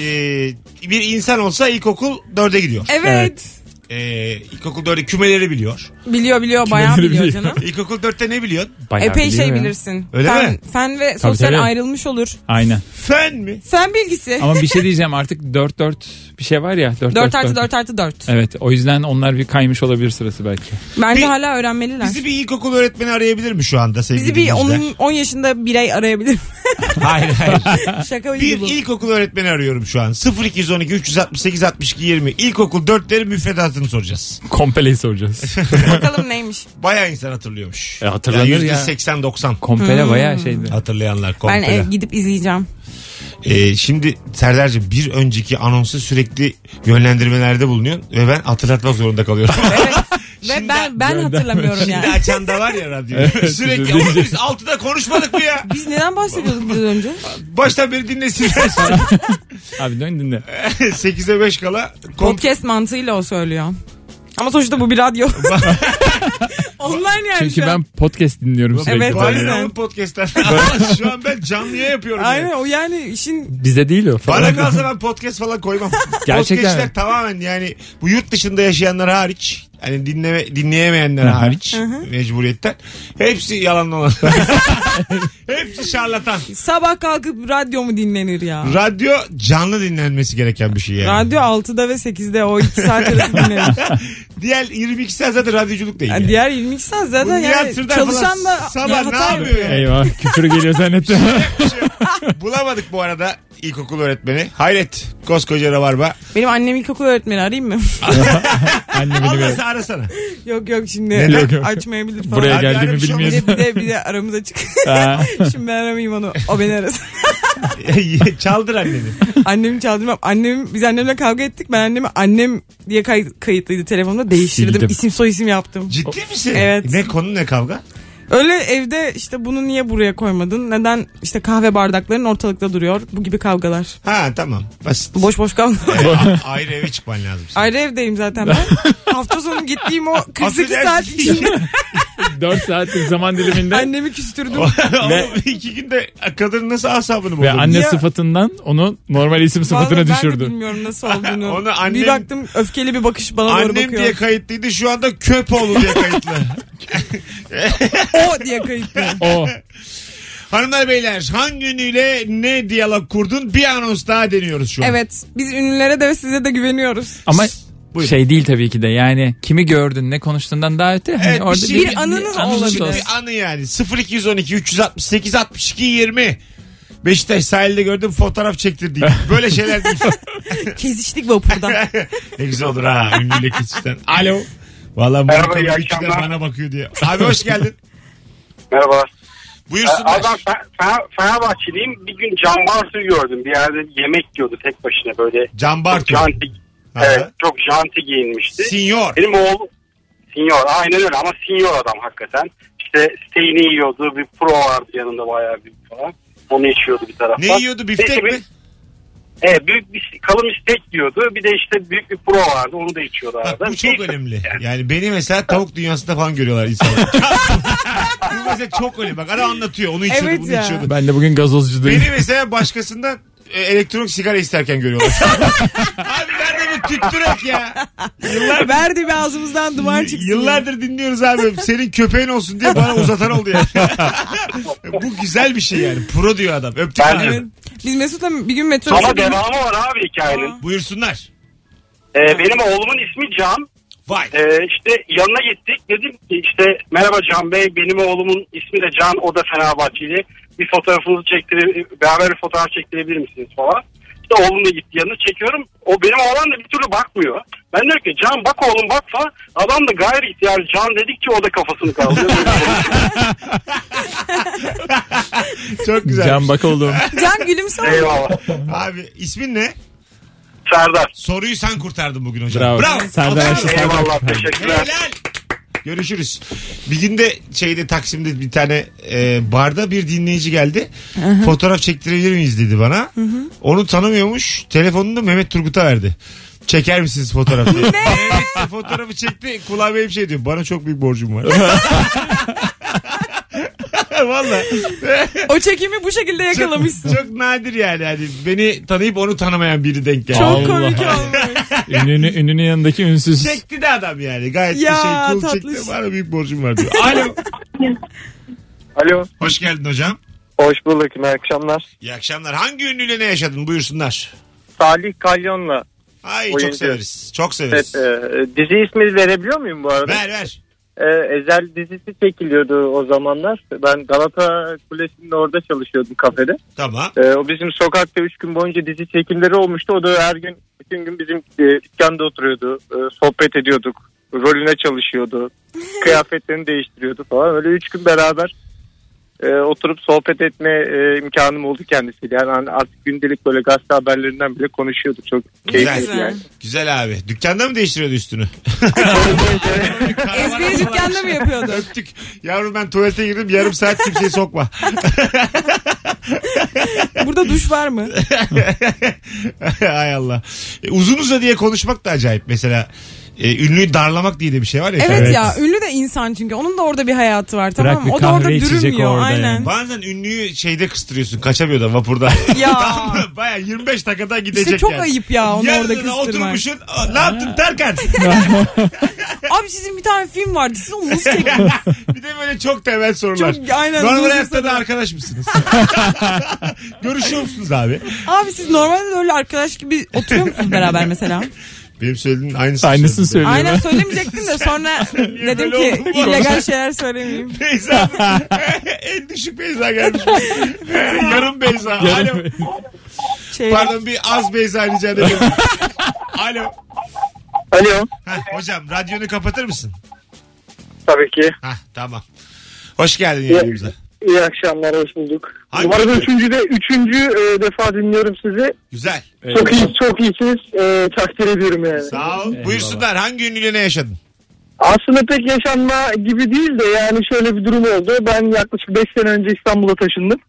Speaker 2: e, bir insan olsa ilkokul 4'e gidiyor.
Speaker 3: Evet.
Speaker 2: E, ilkokul 4'e kümeleri biliyor.
Speaker 3: Biliyor biliyor bayağı
Speaker 4: Kimleri
Speaker 3: biliyor
Speaker 4: biliyor?
Speaker 3: canım.
Speaker 2: İlkokul 4'te ne biliyorsun?
Speaker 4: Bayağı
Speaker 3: Epey
Speaker 4: biliyor
Speaker 3: şey
Speaker 4: ya.
Speaker 3: bilirsin.
Speaker 2: Öyle
Speaker 3: fen,
Speaker 2: mi?
Speaker 3: fen ve sosyal
Speaker 4: tabii.
Speaker 3: ayrılmış olur.
Speaker 4: Aynen.
Speaker 2: Fen mi?
Speaker 3: Fen bilgisi.
Speaker 4: Ama bir şey diyeceğim artık 4-4 bir şey var ya. 4,
Speaker 3: 4 artı 4 artı 4.
Speaker 4: Evet o yüzden onlar bir kaymış olabilir sırası belki.
Speaker 3: Bence
Speaker 2: Bir-
Speaker 3: hala öğrenmeliler.
Speaker 2: Bizi bir ilkokul öğretmeni arayabilir mi şu anda sevgili
Speaker 3: Bizi bir
Speaker 2: dinleyiciler?
Speaker 3: 10, 10 yaşında birey arayabilir.
Speaker 2: Hayır hayır.
Speaker 3: Şaka
Speaker 2: Bir
Speaker 3: gibi bu.
Speaker 2: ilkokul öğretmeni arıyorum şu an. 0212 368 62 20. İlkokul 4'lerin müfredatını soracağız.
Speaker 4: Kompeleyi soracağız.
Speaker 3: Bakalım neymiş.
Speaker 2: Bayağı insan hatırlıyormuş.
Speaker 4: E, hatırlanır
Speaker 2: Yani
Speaker 4: ya.
Speaker 2: %80-90
Speaker 4: Kompele
Speaker 3: Hmm.
Speaker 4: bayağı şeydi.
Speaker 2: hatırlayanlar
Speaker 3: Ben
Speaker 2: komple.
Speaker 3: e, gidip izleyeceğim.
Speaker 2: Ee, şimdi Serdar'cığım bir önceki anonsu sürekli yönlendirmelerde bulunuyor ve ben hatırlatmak zorunda kalıyorum.
Speaker 3: Evet.
Speaker 2: Şimdi-
Speaker 3: Ve ben ben hatırlamıyorum
Speaker 2: Şimdi
Speaker 3: yani.
Speaker 2: açan da var ya radyoyu.
Speaker 4: Evet,
Speaker 2: sürekli
Speaker 4: üzücü.
Speaker 2: ama biz altıda konuşmadık mı ya?
Speaker 3: Biz neden bahsediyorduk biraz önce?
Speaker 2: Baştan beri dinlesinler.
Speaker 4: Abi dön dinle.
Speaker 2: 8'e 5 kala. Kom-
Speaker 3: Podcast mantığıyla o söylüyor. Ama sonuçta bu bir radyo. Online yani
Speaker 4: Çünkü
Speaker 3: şu an.
Speaker 4: ben podcast dinliyorum sürekli.
Speaker 3: Evet,
Speaker 2: Bari
Speaker 3: o yüzden.
Speaker 2: alın podcast'ten. Ama şu an ben canlıya yapıyorum. yani.
Speaker 3: Aynen o yani işin
Speaker 4: Bize değil o.
Speaker 2: Bana
Speaker 4: Falan.
Speaker 2: kalsa ben podcast falan koymam.
Speaker 4: Gerçekten
Speaker 2: Podcastler
Speaker 4: mi?
Speaker 2: tamamen yani bu yurt dışında yaşayanlar hariç. Hani dinleme, dinleyemeyenler hariç mecburiyetten. Hepsi yalan olan. hepsi şarlatan.
Speaker 3: sabah kalkıp radyo mu dinlenir ya?
Speaker 2: Radyo canlı dinlenmesi gereken bir şey yani.
Speaker 3: Radyo 6'da ve 8'de o 2 saat arası dinlenir.
Speaker 2: Diğer 22 saat zaten radyoculukla ilgili.
Speaker 3: Yani diğer 22 saat
Speaker 2: Bu
Speaker 3: zaten
Speaker 2: Nihat
Speaker 3: yani
Speaker 2: Sırdar falan
Speaker 3: çalışan da
Speaker 2: sabah ne
Speaker 3: hata
Speaker 2: yapıyor ya?
Speaker 4: Eyvah küfür geliyor zannettim.
Speaker 2: Bulamadık bu arada ilkokul öğretmeni. Hayret koskoca rabarba.
Speaker 3: Benim annem ilkokul öğretmeni arayayım mı?
Speaker 4: Anne beni böyle.
Speaker 2: Allah'sa arasana.
Speaker 3: yok yok şimdi
Speaker 4: Neden? Yok, yok.
Speaker 3: açmayabilir falan.
Speaker 4: Buraya
Speaker 2: Abi,
Speaker 4: geldiğimi
Speaker 2: abi bir şey
Speaker 3: bir
Speaker 4: bilmiyorsun.
Speaker 3: de, bir de, bir de aramıza çık.
Speaker 4: Ha.
Speaker 3: Şimdi ben aramayayım onu. O beni arasın.
Speaker 2: Çaldır anneni.
Speaker 3: Annemi çaldırmam. Annem, biz annemle kavga ettik. Ben annemi annem diye kay- kayıtlıydı telefonda. Değiştirdim.
Speaker 4: Sildim.
Speaker 3: İsim soy isim yaptım.
Speaker 2: Ciddi misin?
Speaker 3: Evet.
Speaker 2: Ne konu ne kavga?
Speaker 3: Öyle evde işte bunu niye buraya koymadın? Neden işte kahve bardakların ortalıkta duruyor? Bu gibi kavgalar.
Speaker 2: Ha tamam. Basit.
Speaker 3: Boş boş kavga.
Speaker 2: E, a- ayrı eve çıkman lazım. senin.
Speaker 3: Ayrı evdeyim zaten ben. Hafta sonu gittiğim o 48 saat
Speaker 4: şey-
Speaker 2: Affedersin.
Speaker 3: içinde
Speaker 4: 4 saatlik zaman diliminde
Speaker 3: annemi küstürdüm.
Speaker 2: Oğlum, iki günde kadın nasıl asabını buldu?
Speaker 4: ve anne
Speaker 3: Ya-
Speaker 4: sıfatından onu normal isim
Speaker 3: Vallahi
Speaker 4: sıfatına
Speaker 3: Ben de
Speaker 4: düşürdü.
Speaker 3: bilmiyorum nasıl olduğunu.
Speaker 2: Onu annem-
Speaker 3: Bir baktım öfkeli bir bakış bana doğru
Speaker 2: Annem
Speaker 3: bakıyor.
Speaker 2: diye kayıtlıydı şu anda Köpoğlu diye kayıtlı.
Speaker 3: O diye kayıtlı.
Speaker 4: O
Speaker 2: Hanımlar beyler hangi ünlüyle ne diyalog kurdun bir anons daha deniyoruz şu an.
Speaker 3: evet biz ünlülere de ve size de güveniyoruz.
Speaker 4: ama
Speaker 2: Buyurun.
Speaker 4: şey değil tabii ki de yani kimi gördün ne konuştuğundan daha öte. Hani
Speaker 2: Evet, bir
Speaker 4: orada
Speaker 2: şey- Bir
Speaker 3: anınız olabilir.
Speaker 4: olsun.
Speaker 2: Bir anı yani 0212 368 62 20 Beşiktaş sahilde gördüm fotoğraf çektirdi. Böyle şeyler değil.
Speaker 3: Kesiştik vapurda.
Speaker 2: ne güzel olur ha ünlüyle kesişten. Alo. Vallahi
Speaker 5: Merhaba,
Speaker 2: Murat
Speaker 5: iyi
Speaker 2: abi üçü de
Speaker 5: akşamlar.
Speaker 2: bana bakıyor diye. Abi hoş geldin.
Speaker 5: Merhabalar.
Speaker 2: Buyursunlar.
Speaker 5: Adam Fe- Fe- Fenerbahçeliyim. Bir gün Can Barsu'yu gördüm. Bir yerde yemek yiyordu tek başına böyle.
Speaker 2: Can Bartu.
Speaker 5: Çok janti,
Speaker 2: Aha.
Speaker 5: evet, çok janti giyinmişti.
Speaker 2: Sinyor.
Speaker 5: Benim oğlum sinyor aynen öyle ama sinyor adam hakikaten. İşte steğini yiyordu bir pro vardı yanında bayağı büyük falan. Onu içiyordu bir taraftan.
Speaker 2: Ne yiyordu biftek
Speaker 5: Neyse,
Speaker 2: mi?
Speaker 5: biz- Evet, büyük bir kalın istek diyordu. Bir de işte büyük bir pro vardı. Onu da içiyorlardı.
Speaker 2: Bak bu çok önemli. Yani beni mesela tavuk dünyasında falan görüyorlar insanlar. bu mesela çok önemli. Bak ara anlatıyor. Onu içiyordu,
Speaker 3: Evet
Speaker 2: bunu
Speaker 3: ya.
Speaker 2: içiyordu.
Speaker 11: Ben de bugün gazozcudayım.
Speaker 2: Beni mesela başkasından e, elektronik sigara isterken görüyorlar. abi nerede bu tüttürek ya? Yıllar,
Speaker 3: Verdi bir ağzımızdan duman çıksın.
Speaker 2: yıllardır dinliyoruz abi. Senin köpeğin olsun diye bana uzatan oldu ya. bu güzel bir şey yani. Pro diyor adam. Öptük
Speaker 5: Bence
Speaker 2: abi.
Speaker 5: de.
Speaker 3: Evet. Biz Mesut'la bir gün metro
Speaker 5: Ama devamı var abi hikayenin.
Speaker 2: Buyursunlar.
Speaker 5: Ee, benim oğlumun ismi Can.
Speaker 2: Vay.
Speaker 5: Ee, işte yanına gittik. Dedim ki işte merhaba Can Bey benim oğlumun ismi de Can o da Fenerbahçeli. Bir fotoğrafınızı çektirebilir, beraber bir fotoğraf çektirebilir misiniz falan. İşte oğlum da gitti yanına çekiyorum. O benim oğlan da bir türlü bakmıyor. Ben diyorum ki Can bak oğlum bak falan. Adam da gayri ihtiyar Can dedikçe o da kafasını kaldırıyor.
Speaker 2: Çok güzel.
Speaker 11: Can bak oğlum.
Speaker 3: Can gülümse oldu.
Speaker 5: Eyvallah.
Speaker 2: Abi ismin ne?
Speaker 5: Serdar.
Speaker 2: Soruyu sen kurtardın bugün hocam.
Speaker 11: Bravo. Serdar
Speaker 2: Aferin.
Speaker 11: Aşçı Serdar.
Speaker 5: Eyvallah teşekkürler.
Speaker 2: Helal. Görüşürüz. Bir gün de şeyde Taksim'de bir tane e, barda bir dinleyici geldi. Fotoğraf çektirebilir miyiz dedi bana. Onu tanımıyormuş. Telefonunu da Mehmet Turgut'a verdi. Çeker misiniz fotoğrafı? ne? Evet, de fotoğrafı çekti. Kulağa benim şey diyor. Bana çok büyük borcum var. Valla.
Speaker 3: O çekimi bu şekilde yakalamışsın.
Speaker 2: Çok nadir yani. yani. Beni tanıyıp onu tanımayan biri denk geldi.
Speaker 3: Çok
Speaker 11: Allah.
Speaker 3: komik olmuş.
Speaker 11: Ününü, ününün yanındaki ünsüz.
Speaker 2: Çekti de adam yani. Gayet de
Speaker 3: Ya,
Speaker 2: şey cool
Speaker 3: tatlış.
Speaker 2: çekti. Bana büyük borcum var diyor. Alo.
Speaker 6: Alo.
Speaker 2: Hoş geldin hocam.
Speaker 6: Hoş bulduk. İyi akşamlar.
Speaker 2: İyi akşamlar. Hangi ünlüyle ne yaşadın? Buyursunlar.
Speaker 6: Salih Kalyon'la.
Speaker 2: Ay çok
Speaker 6: Oyuncu.
Speaker 2: severiz. Çok severiz.
Speaker 6: Evet, e, dizi ismi verebiliyor muyum bu arada?
Speaker 2: Ver ver.
Speaker 6: E, Ezel dizisi çekiliyordu o zamanlar. Ben Galata Kulesi'nin orada çalışıyordum kafede.
Speaker 2: Tamam.
Speaker 6: E, o bizim sokakta 3 gün boyunca dizi çekimleri olmuştu. O da her gün bütün gün bizim e, dükkanda oturuyordu. E, sohbet ediyorduk. Rolüne çalışıyordu. Kıyafetlerini değiştiriyordu falan. Öyle 3 gün beraber e, oturup sohbet etme e, imkanım oldu kendisiyle. Yani hani artık gündelik böyle gazete haberlerinden bile konuşuyorduk. Çok keyifliydi
Speaker 3: Güzel.
Speaker 6: yani.
Speaker 2: Güzel abi. Dükkanda mı değiştiriyordu üstünü? Karavana
Speaker 3: Espriyi
Speaker 2: falan
Speaker 3: dükkanda mı yapıyordu?
Speaker 2: Öptük. Yavrum ben tuvalete girdim yarım saat kimseyi sokma.
Speaker 3: Burada duş var mı?
Speaker 2: Hay Allah. E, uzun uza diye konuşmak da acayip. Mesela e, ünlüyü darlamak diye de bir şey var ya.
Speaker 3: Evet,
Speaker 2: efendim.
Speaker 3: ya ünlü de insan çünkü. Onun da orada bir hayatı var
Speaker 11: Bırak
Speaker 3: tamam
Speaker 11: bir
Speaker 3: mı? O da orada
Speaker 11: kahve içecek
Speaker 3: dürümüyor
Speaker 11: orada
Speaker 3: aynen.
Speaker 2: Bazen ünlüyü şeyde kıstırıyorsun. Kaçamıyor da vapurda.
Speaker 3: Ya.
Speaker 2: Tamam mı? Baya 25 dakikada gidecek
Speaker 3: İşte çok
Speaker 2: yani.
Speaker 3: ayıp ya onu
Speaker 2: Yarın
Speaker 3: orada
Speaker 2: da
Speaker 3: kıstırmak.
Speaker 2: oturmuşsun. "Aa, Ne yaptın Tarkan?
Speaker 3: Abi sizin bir tane film vardı. Siz onu nasıl çektiniz?
Speaker 2: bir de böyle çok temel sorular.
Speaker 3: Çok- aynen,
Speaker 2: Normal
Speaker 3: uzun
Speaker 2: hayatta da
Speaker 3: sorular.
Speaker 2: arkadaş mısınız? Görüşüyor musunuz abi?
Speaker 3: Abi siz normalde öyle arkadaş gibi oturuyor musunuz beraber mesela?
Speaker 2: Benim söylediğin aynısını
Speaker 11: Aynısını
Speaker 2: söyledim.
Speaker 11: söylüyor.
Speaker 3: Aynen söylemeyecektim de sonra
Speaker 2: niye
Speaker 3: dedim
Speaker 2: böyle
Speaker 3: ki
Speaker 2: oldun bu
Speaker 3: illegal şeyler söylemeyeyim.
Speaker 2: Beyza. en düşük Beyza gelmiş. Yarım Beyza. Alo.
Speaker 3: Şey,
Speaker 2: Pardon bir az Beyza rica ederim. Alo.
Speaker 6: Alo.
Speaker 2: Heh, hocam radyonu kapatır mısın?
Speaker 6: Tabii ki.
Speaker 2: Hah tamam. Hoş geldin yayınımıza.
Speaker 6: İyi akşamlar, hoş bulduk.
Speaker 2: Hangi-
Speaker 6: Bu arada üçüncü, de, üçüncü e, defa dinliyorum sizi.
Speaker 2: Güzel.
Speaker 6: Çok iyi, çok iyisiniz. E, takdir ediyorum yani.
Speaker 2: Sağ ol. Buyursunlar hangi ünlüyle ne yaşadın?
Speaker 6: Aslında pek yaşanma gibi değil de yani şöyle bir durum oldu. Ben yaklaşık 5 sene önce İstanbul'a taşındım.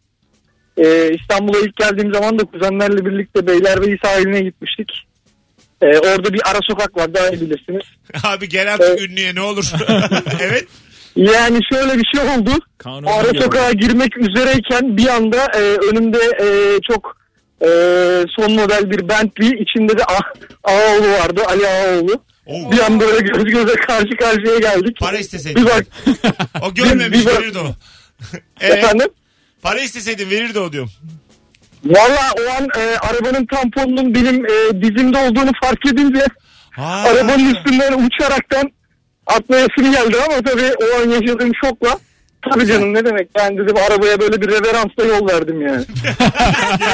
Speaker 6: E, İstanbul'a ilk geldiğim zaman da kuzenlerle birlikte Beylerbeyi sahiline gitmiştik. E, orada bir ara sokak var daha iyi bilirsiniz.
Speaker 2: Abi gel artık
Speaker 6: Evet.
Speaker 2: ünlüye ne olur. evet.
Speaker 6: Yani şöyle bir şey oldu.
Speaker 11: Kanun
Speaker 6: Ara
Speaker 11: bir
Speaker 6: sokağa girmek üzereyken bir anda e, önümde e, çok e, son model bir Bentley içinde de A- Ağaoğlu vardı Ali Ağaoğlu.
Speaker 2: Oo.
Speaker 6: Bir an böyle göz göze karşı karşıya geldik.
Speaker 2: Para isteseydin.
Speaker 6: Bir bak
Speaker 2: O görmemiş
Speaker 6: Bir- bir bak-
Speaker 2: verirdi o. Evet.
Speaker 6: efendim.
Speaker 2: Para isteseydin verirdi o diyorum.
Speaker 6: Valla o an e, arabanın tamponunun benim e, dizimde olduğunu fark edince
Speaker 2: Ha.
Speaker 6: arabanın üstünden uçaraktan atmayasını geldi ama tabii o an yaşadığım şokla Tabii canım ne demek ben dedim arabaya böyle bir reveransla yol verdim yani.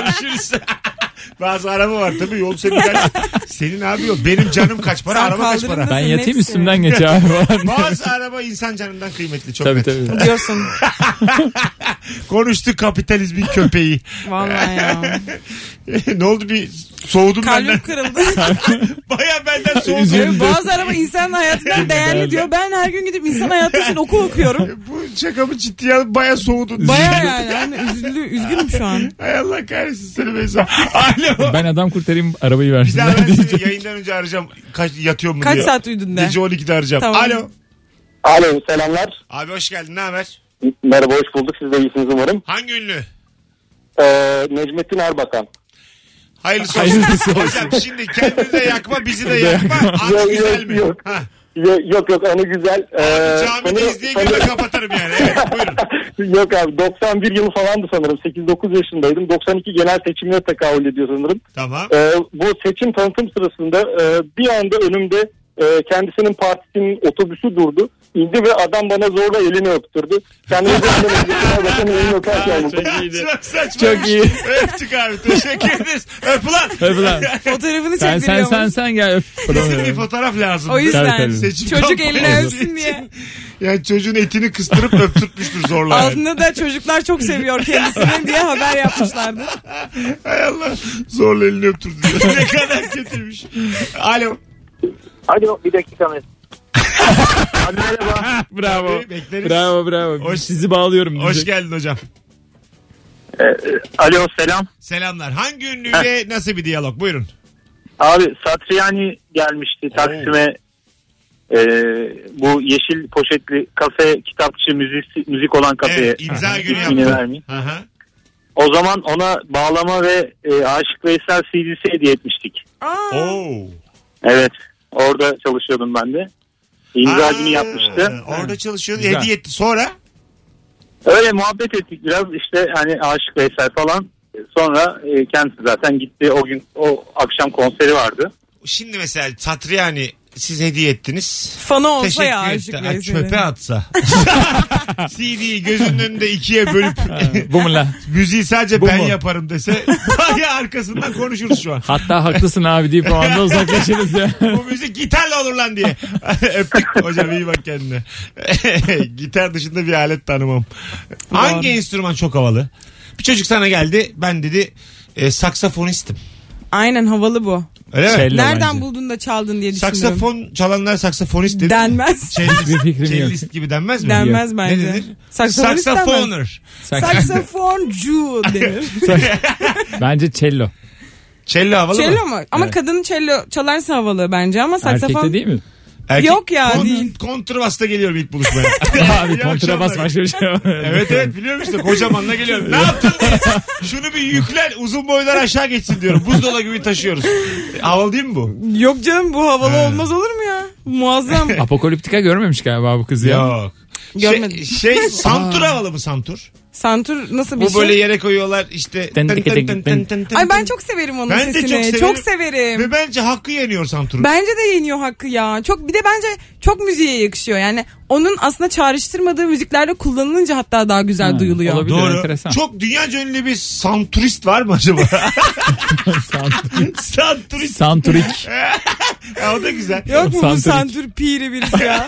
Speaker 2: Görüşürüz. Bazı araba var tabii yol senin ben- senin abi yok. Benim canım kaç para
Speaker 3: Sen
Speaker 2: araba kaç
Speaker 3: kaldırın da-
Speaker 2: para.
Speaker 11: Ben yatayım
Speaker 3: Hepsi.
Speaker 11: üstümden geç abi falan.
Speaker 2: Bazı araba insan canından kıymetli çok
Speaker 11: tabii
Speaker 2: net.
Speaker 11: tabii.
Speaker 3: diyorsun.
Speaker 2: Konuştu kapitalizmin köpeği.
Speaker 3: Vallahi ya.
Speaker 2: ne oldu bir soğudum
Speaker 3: Kalbim
Speaker 2: benden.
Speaker 3: kırıldı.
Speaker 2: Baya benden soğudum.
Speaker 11: Üzüldüm.
Speaker 3: Bazı araba insanın hayatından değerli diyor. Ben her gün gidip insan hayatı için okul okuyorum.
Speaker 2: Bu şakamı ciddiye alıp baya soğudun.
Speaker 3: Baya yani. hani. yani üzüldü, üzgünüm şu an.
Speaker 2: Hay Allah kahretsin seni Beyza. Alo.
Speaker 4: Ben adam kurtarayım arabayı
Speaker 2: Bir daha
Speaker 4: versinler
Speaker 2: ben
Speaker 4: diyeceğim.
Speaker 2: seni yayından önce arayacağım. Kaç yatıyor mu
Speaker 3: Kaç
Speaker 2: diye.
Speaker 3: saat uyudun de?
Speaker 2: Gece 12'de arayacağım.
Speaker 3: Tamam.
Speaker 2: Alo.
Speaker 6: Alo selamlar.
Speaker 2: Abi hoş geldin. Ne haber?
Speaker 6: Merhaba hoş bulduk. Siz de iyisiniz umarım.
Speaker 2: Hangi ünlü?
Speaker 6: Ee, Necmettin Erbakan.
Speaker 2: Hayırlısı olsun.
Speaker 4: Hayırlısı olsun.
Speaker 2: Hocam şimdi kendini de yakma bizi de yakma. Anı
Speaker 6: Yok,
Speaker 2: güzel
Speaker 6: yok,
Speaker 2: mi?
Speaker 6: yok.
Speaker 2: Ha.
Speaker 6: Yo- Yok yok anı güzel. Ee,
Speaker 2: Camideyiz diye güle kapatırım yani. Evet buyurun.
Speaker 6: Yok abi 91 yılı falandı sanırım. 8-9 yaşındaydım. 92 genel seçimine tekabül ediyor sanırım.
Speaker 2: Tamam.
Speaker 6: Ee, bu seçim tanıtım sırasında e, bir anda önümde e, kendisinin partisinin otobüsü durdu. İndi ve adam bana zorla elini öptürdü. Kendimi de bakan elini öperken buldum.
Speaker 12: şey.
Speaker 2: Çok saçma. şey.
Speaker 4: Çok iyi.
Speaker 2: Öptük abi. Teşekkür ederiz. Öp ulan.
Speaker 4: Öp ulan.
Speaker 3: Fotoğrafını
Speaker 4: Sen sen
Speaker 3: çektiriyormuş.
Speaker 4: sen sen gel. öp.
Speaker 2: Bizim bir fotoğraf lazım.
Speaker 3: O yüzden.
Speaker 4: Tabii, tabii.
Speaker 2: Seçim
Speaker 3: Çocuk
Speaker 2: kampanyası
Speaker 3: elini öpsün
Speaker 2: için.
Speaker 3: diye.
Speaker 2: Yani çocuğun etini kıstırıp öptürtmüştür zorla. yani.
Speaker 3: Altında da çocuklar çok seviyor kendisini diye haber yapmışlardı.
Speaker 2: Hay Allah. Zorla elini öptürdü. diyor. ne kadar kötüymüş. Alo.
Speaker 12: Alo bir dakika mes. Abi merhaba.
Speaker 4: Bravo.
Speaker 2: Abi, bekleriz.
Speaker 4: Bravo bravo.
Speaker 2: Hoş-
Speaker 4: Sizi bağlıyorum.
Speaker 2: Hoş
Speaker 4: diyecek.
Speaker 2: geldin hocam.
Speaker 12: Alo selam.
Speaker 2: Selamlar. Hangi ünlüyle nasıl bir diyalog? Buyurun.
Speaker 12: Abi Satriani gelmişti Taksim'e. Ee, bu yeşil poşetli kafe kitapçı müzik müzik olan kafeye
Speaker 2: Evet, imza günü
Speaker 12: ismini
Speaker 2: yaptı.
Speaker 12: vermeyeyim.
Speaker 2: Hı hı.
Speaker 12: O zaman ona bağlama ve e, Aşık Veysel CD'si hediye etmiştik.
Speaker 3: Aa,
Speaker 2: Oo.
Speaker 12: Evet. Orada çalışıyordum ben de. İmza günü
Speaker 2: Aa,
Speaker 12: yapmıştı.
Speaker 2: Orada çalışıyordu.
Speaker 4: Güzel.
Speaker 2: Hediye etti. Sonra?
Speaker 12: Öyle muhabbet ettik biraz işte hani Aşık Veysel falan. Sonra e, kendisi zaten gitti o gün o akşam konseri vardı.
Speaker 2: Şimdi mesela Satriani siz hediye ettiniz.
Speaker 3: fanı olsa ya
Speaker 2: etti.
Speaker 3: Aşık
Speaker 2: Ha, Çöpe
Speaker 3: Veysel'in.
Speaker 2: atsa. CD'yi gözünün önünde ikiye bölüp
Speaker 4: Bu mu la?
Speaker 2: müziği sadece
Speaker 4: Bu
Speaker 2: ben
Speaker 4: mu?
Speaker 2: yaparım dese bayağı arkasından konuşuruz şu an.
Speaker 4: Hatta haklısın abi deyip o anda uzaklaşırız ya.
Speaker 2: Bu müzik gitarla olur lan diye. Öptük hocam iyi bak kendine. Gitar dışında bir alet tanımam. Hangi enstrüman çok havalı? Bir çocuk sana geldi ben dedi e, saksafonistim.
Speaker 3: Aynen havalı bu.
Speaker 2: Öyle mi?
Speaker 4: Cello
Speaker 3: Nereden
Speaker 4: bence.
Speaker 3: buldun da çaldın diye düşünüyorum.
Speaker 2: Saksafon çalanlar saksafonist dedi.
Speaker 3: Denmez.
Speaker 4: Hiçbir fikrim yok.
Speaker 2: Cellist gibi denmez mi?
Speaker 3: Denmez
Speaker 2: Ne
Speaker 3: bence.
Speaker 2: denir?
Speaker 3: Saksafonist denmez.
Speaker 2: Saksafoner.
Speaker 3: Saksafoncu denir.
Speaker 4: Bence cello.
Speaker 2: Cello havalı mı?
Speaker 3: Cello mu? Ama kadın cello çalarsa havalı bence ama saksafon
Speaker 4: Erkekte değil mi?
Speaker 2: Erkek-
Speaker 3: Yok ya, değil.
Speaker 2: Kontrabasta geliyorum ilk buluşmaya.
Speaker 4: Abi
Speaker 2: İyi
Speaker 4: kontrabas
Speaker 2: akşamlar.
Speaker 4: başka bir şey.
Speaker 2: Evet evet biliyorum işte kocamanla geliyorum. Ne yaptın diye. Şunu bir yüklen uzun boylar aşağı geçsin diyorum. Buzdolabı gibi taşıyoruz. E, Havalı değil mi bu?
Speaker 3: Yok canım bu havalı olmaz olur mu ya? Muazzam.
Speaker 4: Apokaliptika görmemiş galiba bu kız ya.
Speaker 2: Yok.
Speaker 3: Görmedim.
Speaker 2: Şey, şey santur havalı mı santur?
Speaker 3: Santur nasıl bir
Speaker 2: Bu
Speaker 3: şey?
Speaker 2: böyle yere koyuyorlar işte.
Speaker 4: Tın tıkı tıkı tın.
Speaker 3: Ay ben çok severim onun
Speaker 2: Ben de
Speaker 3: sesini.
Speaker 2: çok severim.
Speaker 3: severim.
Speaker 2: Ve bence hakkı yeniyor santurun.
Speaker 3: Bence de yeniyor hakkı ya. Çok bir de bence çok müziğe yakışıyor. Yani onun aslında çağrıştırmadığı müziklerde kullanılınca hatta daha güzel
Speaker 4: Ha,
Speaker 3: duyuluyor.
Speaker 4: olabilir. Bir de
Speaker 2: Doğru.
Speaker 4: enteresan.
Speaker 2: Çok dünyaca ünlü bir santurist var mı acaba? santurist.
Speaker 4: Santurik.
Speaker 2: Ya o da güzel.
Speaker 3: Yok mu bu
Speaker 4: Santur-
Speaker 3: santur piri birisi ya?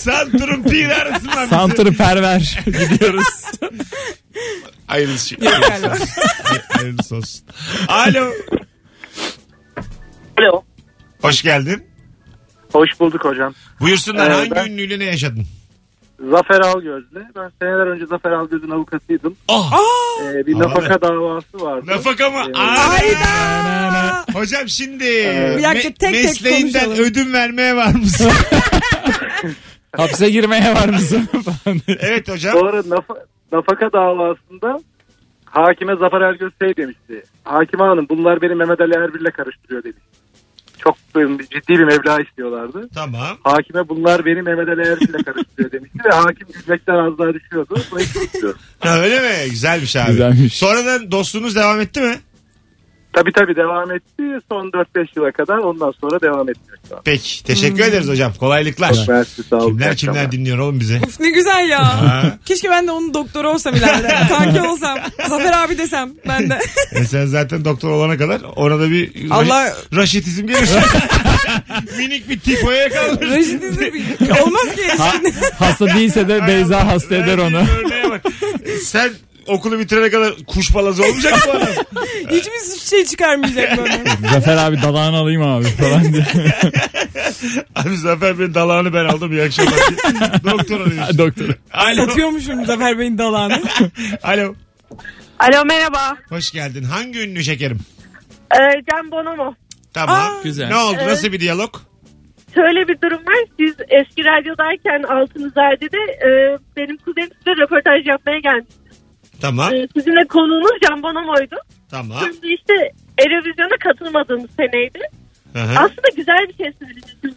Speaker 2: Santurun piri arasından bizi.
Speaker 4: Santuru perver gidiyoruz.
Speaker 2: Hayırlısı.
Speaker 3: Yok galiba.
Speaker 2: Hayırlısı olsun. Alo.
Speaker 12: Alo.
Speaker 2: Hoş geldin.
Speaker 12: Hoş bulduk hocam.
Speaker 2: Buyursunlar
Speaker 12: Ee,
Speaker 2: hangi
Speaker 12: ben-
Speaker 2: ünlüyle ne yaşadın?
Speaker 12: Zafer Algöz'le. Ben seneler önce Zafer Algöz'ün avukatıydım.
Speaker 2: Oh.
Speaker 12: Ee, bir
Speaker 2: Abi.
Speaker 12: nafaka davası vardı.
Speaker 2: Nafaka mı?
Speaker 12: Ee,
Speaker 2: Hayda. Hocam şimdi
Speaker 3: Bir dakika, tek tek
Speaker 2: mesleğinden
Speaker 3: konuşalım.
Speaker 2: ödün vermeye var mısın?
Speaker 4: Hapse girmeye var mısın? Falan diye.
Speaker 2: evet hocam.
Speaker 12: Doğru nafa- nafaka davasında hakime Zafer Ergöz şey demişti. Hakime hanım bunlar beni Mehmet Ali Erbil'le karıştırıyor demiş. Çok bir- ciddi bir meblağ istiyorlardı.
Speaker 2: Tamam.
Speaker 12: Hakime bunlar beni Mehmet Ali Erbil'le karıştırıyor demişti ve hakim gülmekten az daha düşüyordu. Bunu hiç unutmuyorum.
Speaker 2: Ha, öyle mi? Güzelmiş abi.
Speaker 4: Güzelmiş.
Speaker 2: Sonradan dostluğunuz devam etti mi?
Speaker 12: Tabii tabii devam etti. Son 4-5 yıla kadar ondan sonra devam etmiyor. şu an.
Speaker 2: Peki.
Speaker 3: Hmm.
Speaker 2: Teşekkür ederiz hocam. Kolaylıklar.
Speaker 12: Mersi, sağ olun.
Speaker 2: Kimler kimler dinliyor oğlum bizi?
Speaker 3: Uf, ne güzel ya.
Speaker 2: Ha.
Speaker 3: Keşke ben de onun doktoru olsam ileride. Kanki olsam. Zafer abi desem ben de.
Speaker 2: E sen zaten doktor olana kadar orada bir Allah...
Speaker 3: Allah-
Speaker 2: raşitizm gelir. Minik bir tipoya yakalanır.
Speaker 3: Rejidizm bir- olmaz ki.
Speaker 4: Ha, hasta değilse de Beyza hasta eder onu.
Speaker 2: Örneğe bak. Sen okulu bitirene kadar kuş balazı olmayacak mı adam?
Speaker 3: Hiçbir şey çıkarmayacak böyle.
Speaker 4: Zafer abi dalağını alayım abi falan diye.
Speaker 2: Abi Zafer Bey'in dalağını ben aldım. İyi akşamlar. Doktor arıyor.
Speaker 11: Doktor.
Speaker 2: Alo.
Speaker 3: Satıyormuşum Zafer Bey'in dalağını.
Speaker 2: Alo.
Speaker 10: Alo merhaba.
Speaker 2: Hoş geldin. Hangi ünlü şekerim?
Speaker 10: Ee, Can Bonomo.
Speaker 2: Tamam.
Speaker 11: Güzel.
Speaker 2: Ne oldu? Nasıl bir diyalog?
Speaker 10: Şöyle bir durum var. Siz eski radyodayken Altın Zerde'de e, benim kuzenim size röportaj yapmaya geldi.
Speaker 2: Tamam.
Speaker 10: E, sizinle konuğunuz Can Bonomo'ydu.
Speaker 2: Tamam.
Speaker 10: Şimdi işte Erevizyon'a katılmadığımız seneydi.
Speaker 2: Hı hı.
Speaker 10: Aslında güzel bir şey söylediniz.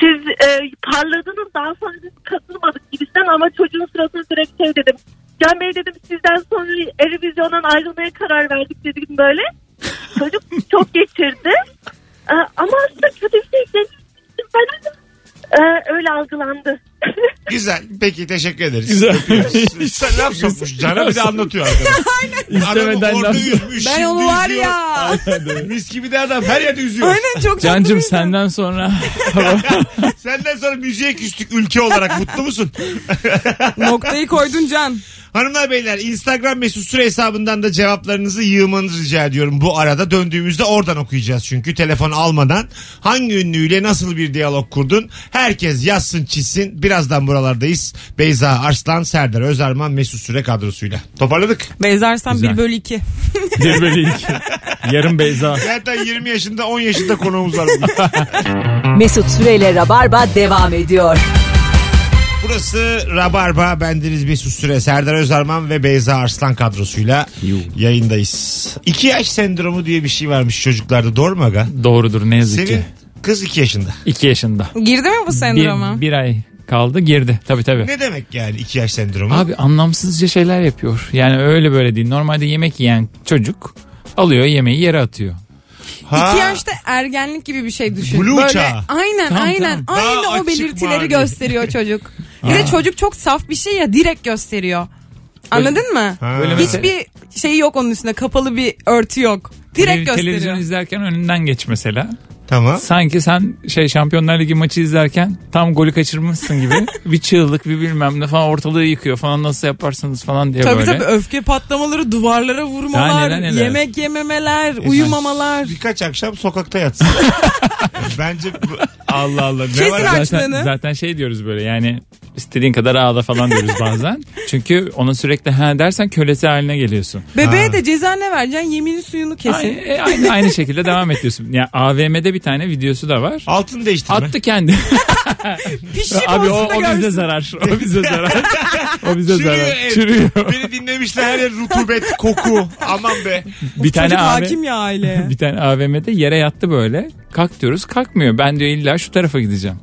Speaker 10: Siz e, parladınız daha sonra biz katılmadık gibisinden ama çocuğun suratına direkt şey dedim. Can Bey dedim sizden sonra Erevizyon'dan ayrılmaya karar verdik dedim böyle. Çocuk çok geçirdi. E, ama aslında kötü bir şey değil. Ben dedim, e, öyle algılandı.
Speaker 2: Güzel. Peki teşekkür ederiz.
Speaker 11: Güzel.
Speaker 2: Öpüyoruz. Sen laf sokmuş. Cana bir de anlatıyor arkadaş.
Speaker 11: İstemeden
Speaker 2: Adamı
Speaker 11: laf-
Speaker 2: orada üzmüş.
Speaker 3: Ben
Speaker 2: şimdi
Speaker 3: onu var
Speaker 2: üzüyor.
Speaker 3: ya.
Speaker 2: Mis gibi de adam her yerde üzüyor.
Speaker 3: Aynen çok tatlı
Speaker 11: Cancım
Speaker 3: bir insan.
Speaker 11: senden sonra
Speaker 2: Senden sonra müziğe küstük ülke olarak mutlu musun?
Speaker 3: Noktayı koydun Can.
Speaker 2: Hanımlar beyler Instagram mesut süre hesabından da cevaplarınızı yığmanızı rica ediyorum bu arada. Döndüğümüzde oradan okuyacağız çünkü telefon almadan. Hangi ünlüyle nasıl bir diyalog kurdun? Herkes yazsın çizsin. Birazdan buralardayız. Beyza Arslan, Serdar Özerman, Mesut Süre kadrosuyla. Toparladık.
Speaker 3: Benzersen
Speaker 11: Güzel.
Speaker 3: 1 bölü 2.
Speaker 11: bir bölü iki. Yarın Beyza.
Speaker 2: Zaten 20 yaşında 10 yaşında konuğumuz var bugün.
Speaker 1: Mesut Süreyle Rabarba devam ediyor.
Speaker 2: Burası Rabarba. Bendeniz Mesut Süre, Serdar Özerman ve Beyza Arslan kadrosuyla yayındayız. 2 yaş sendromu diye bir şey varmış çocuklarda. Doğru mu aga?
Speaker 4: Doğrudur ne yazık
Speaker 2: Senin
Speaker 4: ki.
Speaker 2: kız 2 yaşında.
Speaker 4: 2 yaşında.
Speaker 3: Girdi mi bu sendroma?
Speaker 4: Bir, bir ay kaldı girdi. Tabii tabii.
Speaker 2: Ne demek yani 2 yaş sendromu?
Speaker 4: Abi anlamsızca şeyler yapıyor. Yani öyle böyle değil. Normalde yemek yiyen çocuk alıyor yemeği yere atıyor.
Speaker 2: Ha,
Speaker 3: İki yaşta ergenlik gibi bir şey düşün.
Speaker 2: Blue
Speaker 3: Böyle
Speaker 2: çağı.
Speaker 3: aynen
Speaker 4: Tamam,
Speaker 3: aynen
Speaker 2: tamam.
Speaker 3: aynı
Speaker 2: Daha
Speaker 3: o
Speaker 2: açık
Speaker 3: belirtileri
Speaker 2: mavi.
Speaker 3: gösteriyor çocuk. Bir de çocuk çok saf bir şey ya direkt gösteriyor. Anladın mı?
Speaker 2: Ha.
Speaker 4: Böyle mesela-
Speaker 3: Hiçbir şey yok onun üstüne kapalı bir örtü yok.
Speaker 4: Tele-
Speaker 3: Direkt gösteriyor.
Speaker 4: Televizyon izlerken önünden geç mesela.
Speaker 2: Tamam.
Speaker 4: Sanki sen şey Şampiyonlar Ligi maçı izlerken tam golü kaçırmışsın gibi bir çığlık bir bilmem ne falan ortalığı yıkıyor falan nasıl yaparsınız falan diye
Speaker 3: Tabii
Speaker 4: böyle.
Speaker 3: tabii öfke patlamaları, duvarlara vurmalar,
Speaker 4: neler, neler.
Speaker 3: yemek yememeler, uyumamalar.
Speaker 2: Birkaç akşam sokakta yatsın. Bence bu- Allah Allah. Ne
Speaker 3: Kesin
Speaker 2: var?
Speaker 3: a-
Speaker 4: Zaten,
Speaker 3: Açlığını.
Speaker 4: zaten şey diyoruz böyle yani istediğin kadar ağla falan diyoruz bazen. Çünkü ona sürekli ha dersen kölesi haline geliyorsun.
Speaker 3: Bebeğe de ceza ne vereceksin? Yemini suyunu kesin.
Speaker 4: Aynı, e, aynı, aynı şekilde devam et diyorsun. Ya AVM'de bir tane videosu da var.
Speaker 2: Altını değiştirme.
Speaker 4: Attı kendi.
Speaker 3: Pişik
Speaker 4: Abi o,
Speaker 3: olsun da
Speaker 4: o
Speaker 3: görsün.
Speaker 4: bize zarar. O bize zarar. O bize
Speaker 2: Çürüyor
Speaker 4: zarar.
Speaker 2: ev.
Speaker 4: Çürüyor.
Speaker 2: Beni dinlemişler her yer rutubet, koku. Aman be.
Speaker 4: Bir tane
Speaker 3: Çocuk
Speaker 4: abi.
Speaker 3: hakim ya aileye.
Speaker 4: Bir tane AVM'de yere yattı böyle. Kalk diyoruz kalkmıyor. Ben diyor illa şu tarafa gideceğim.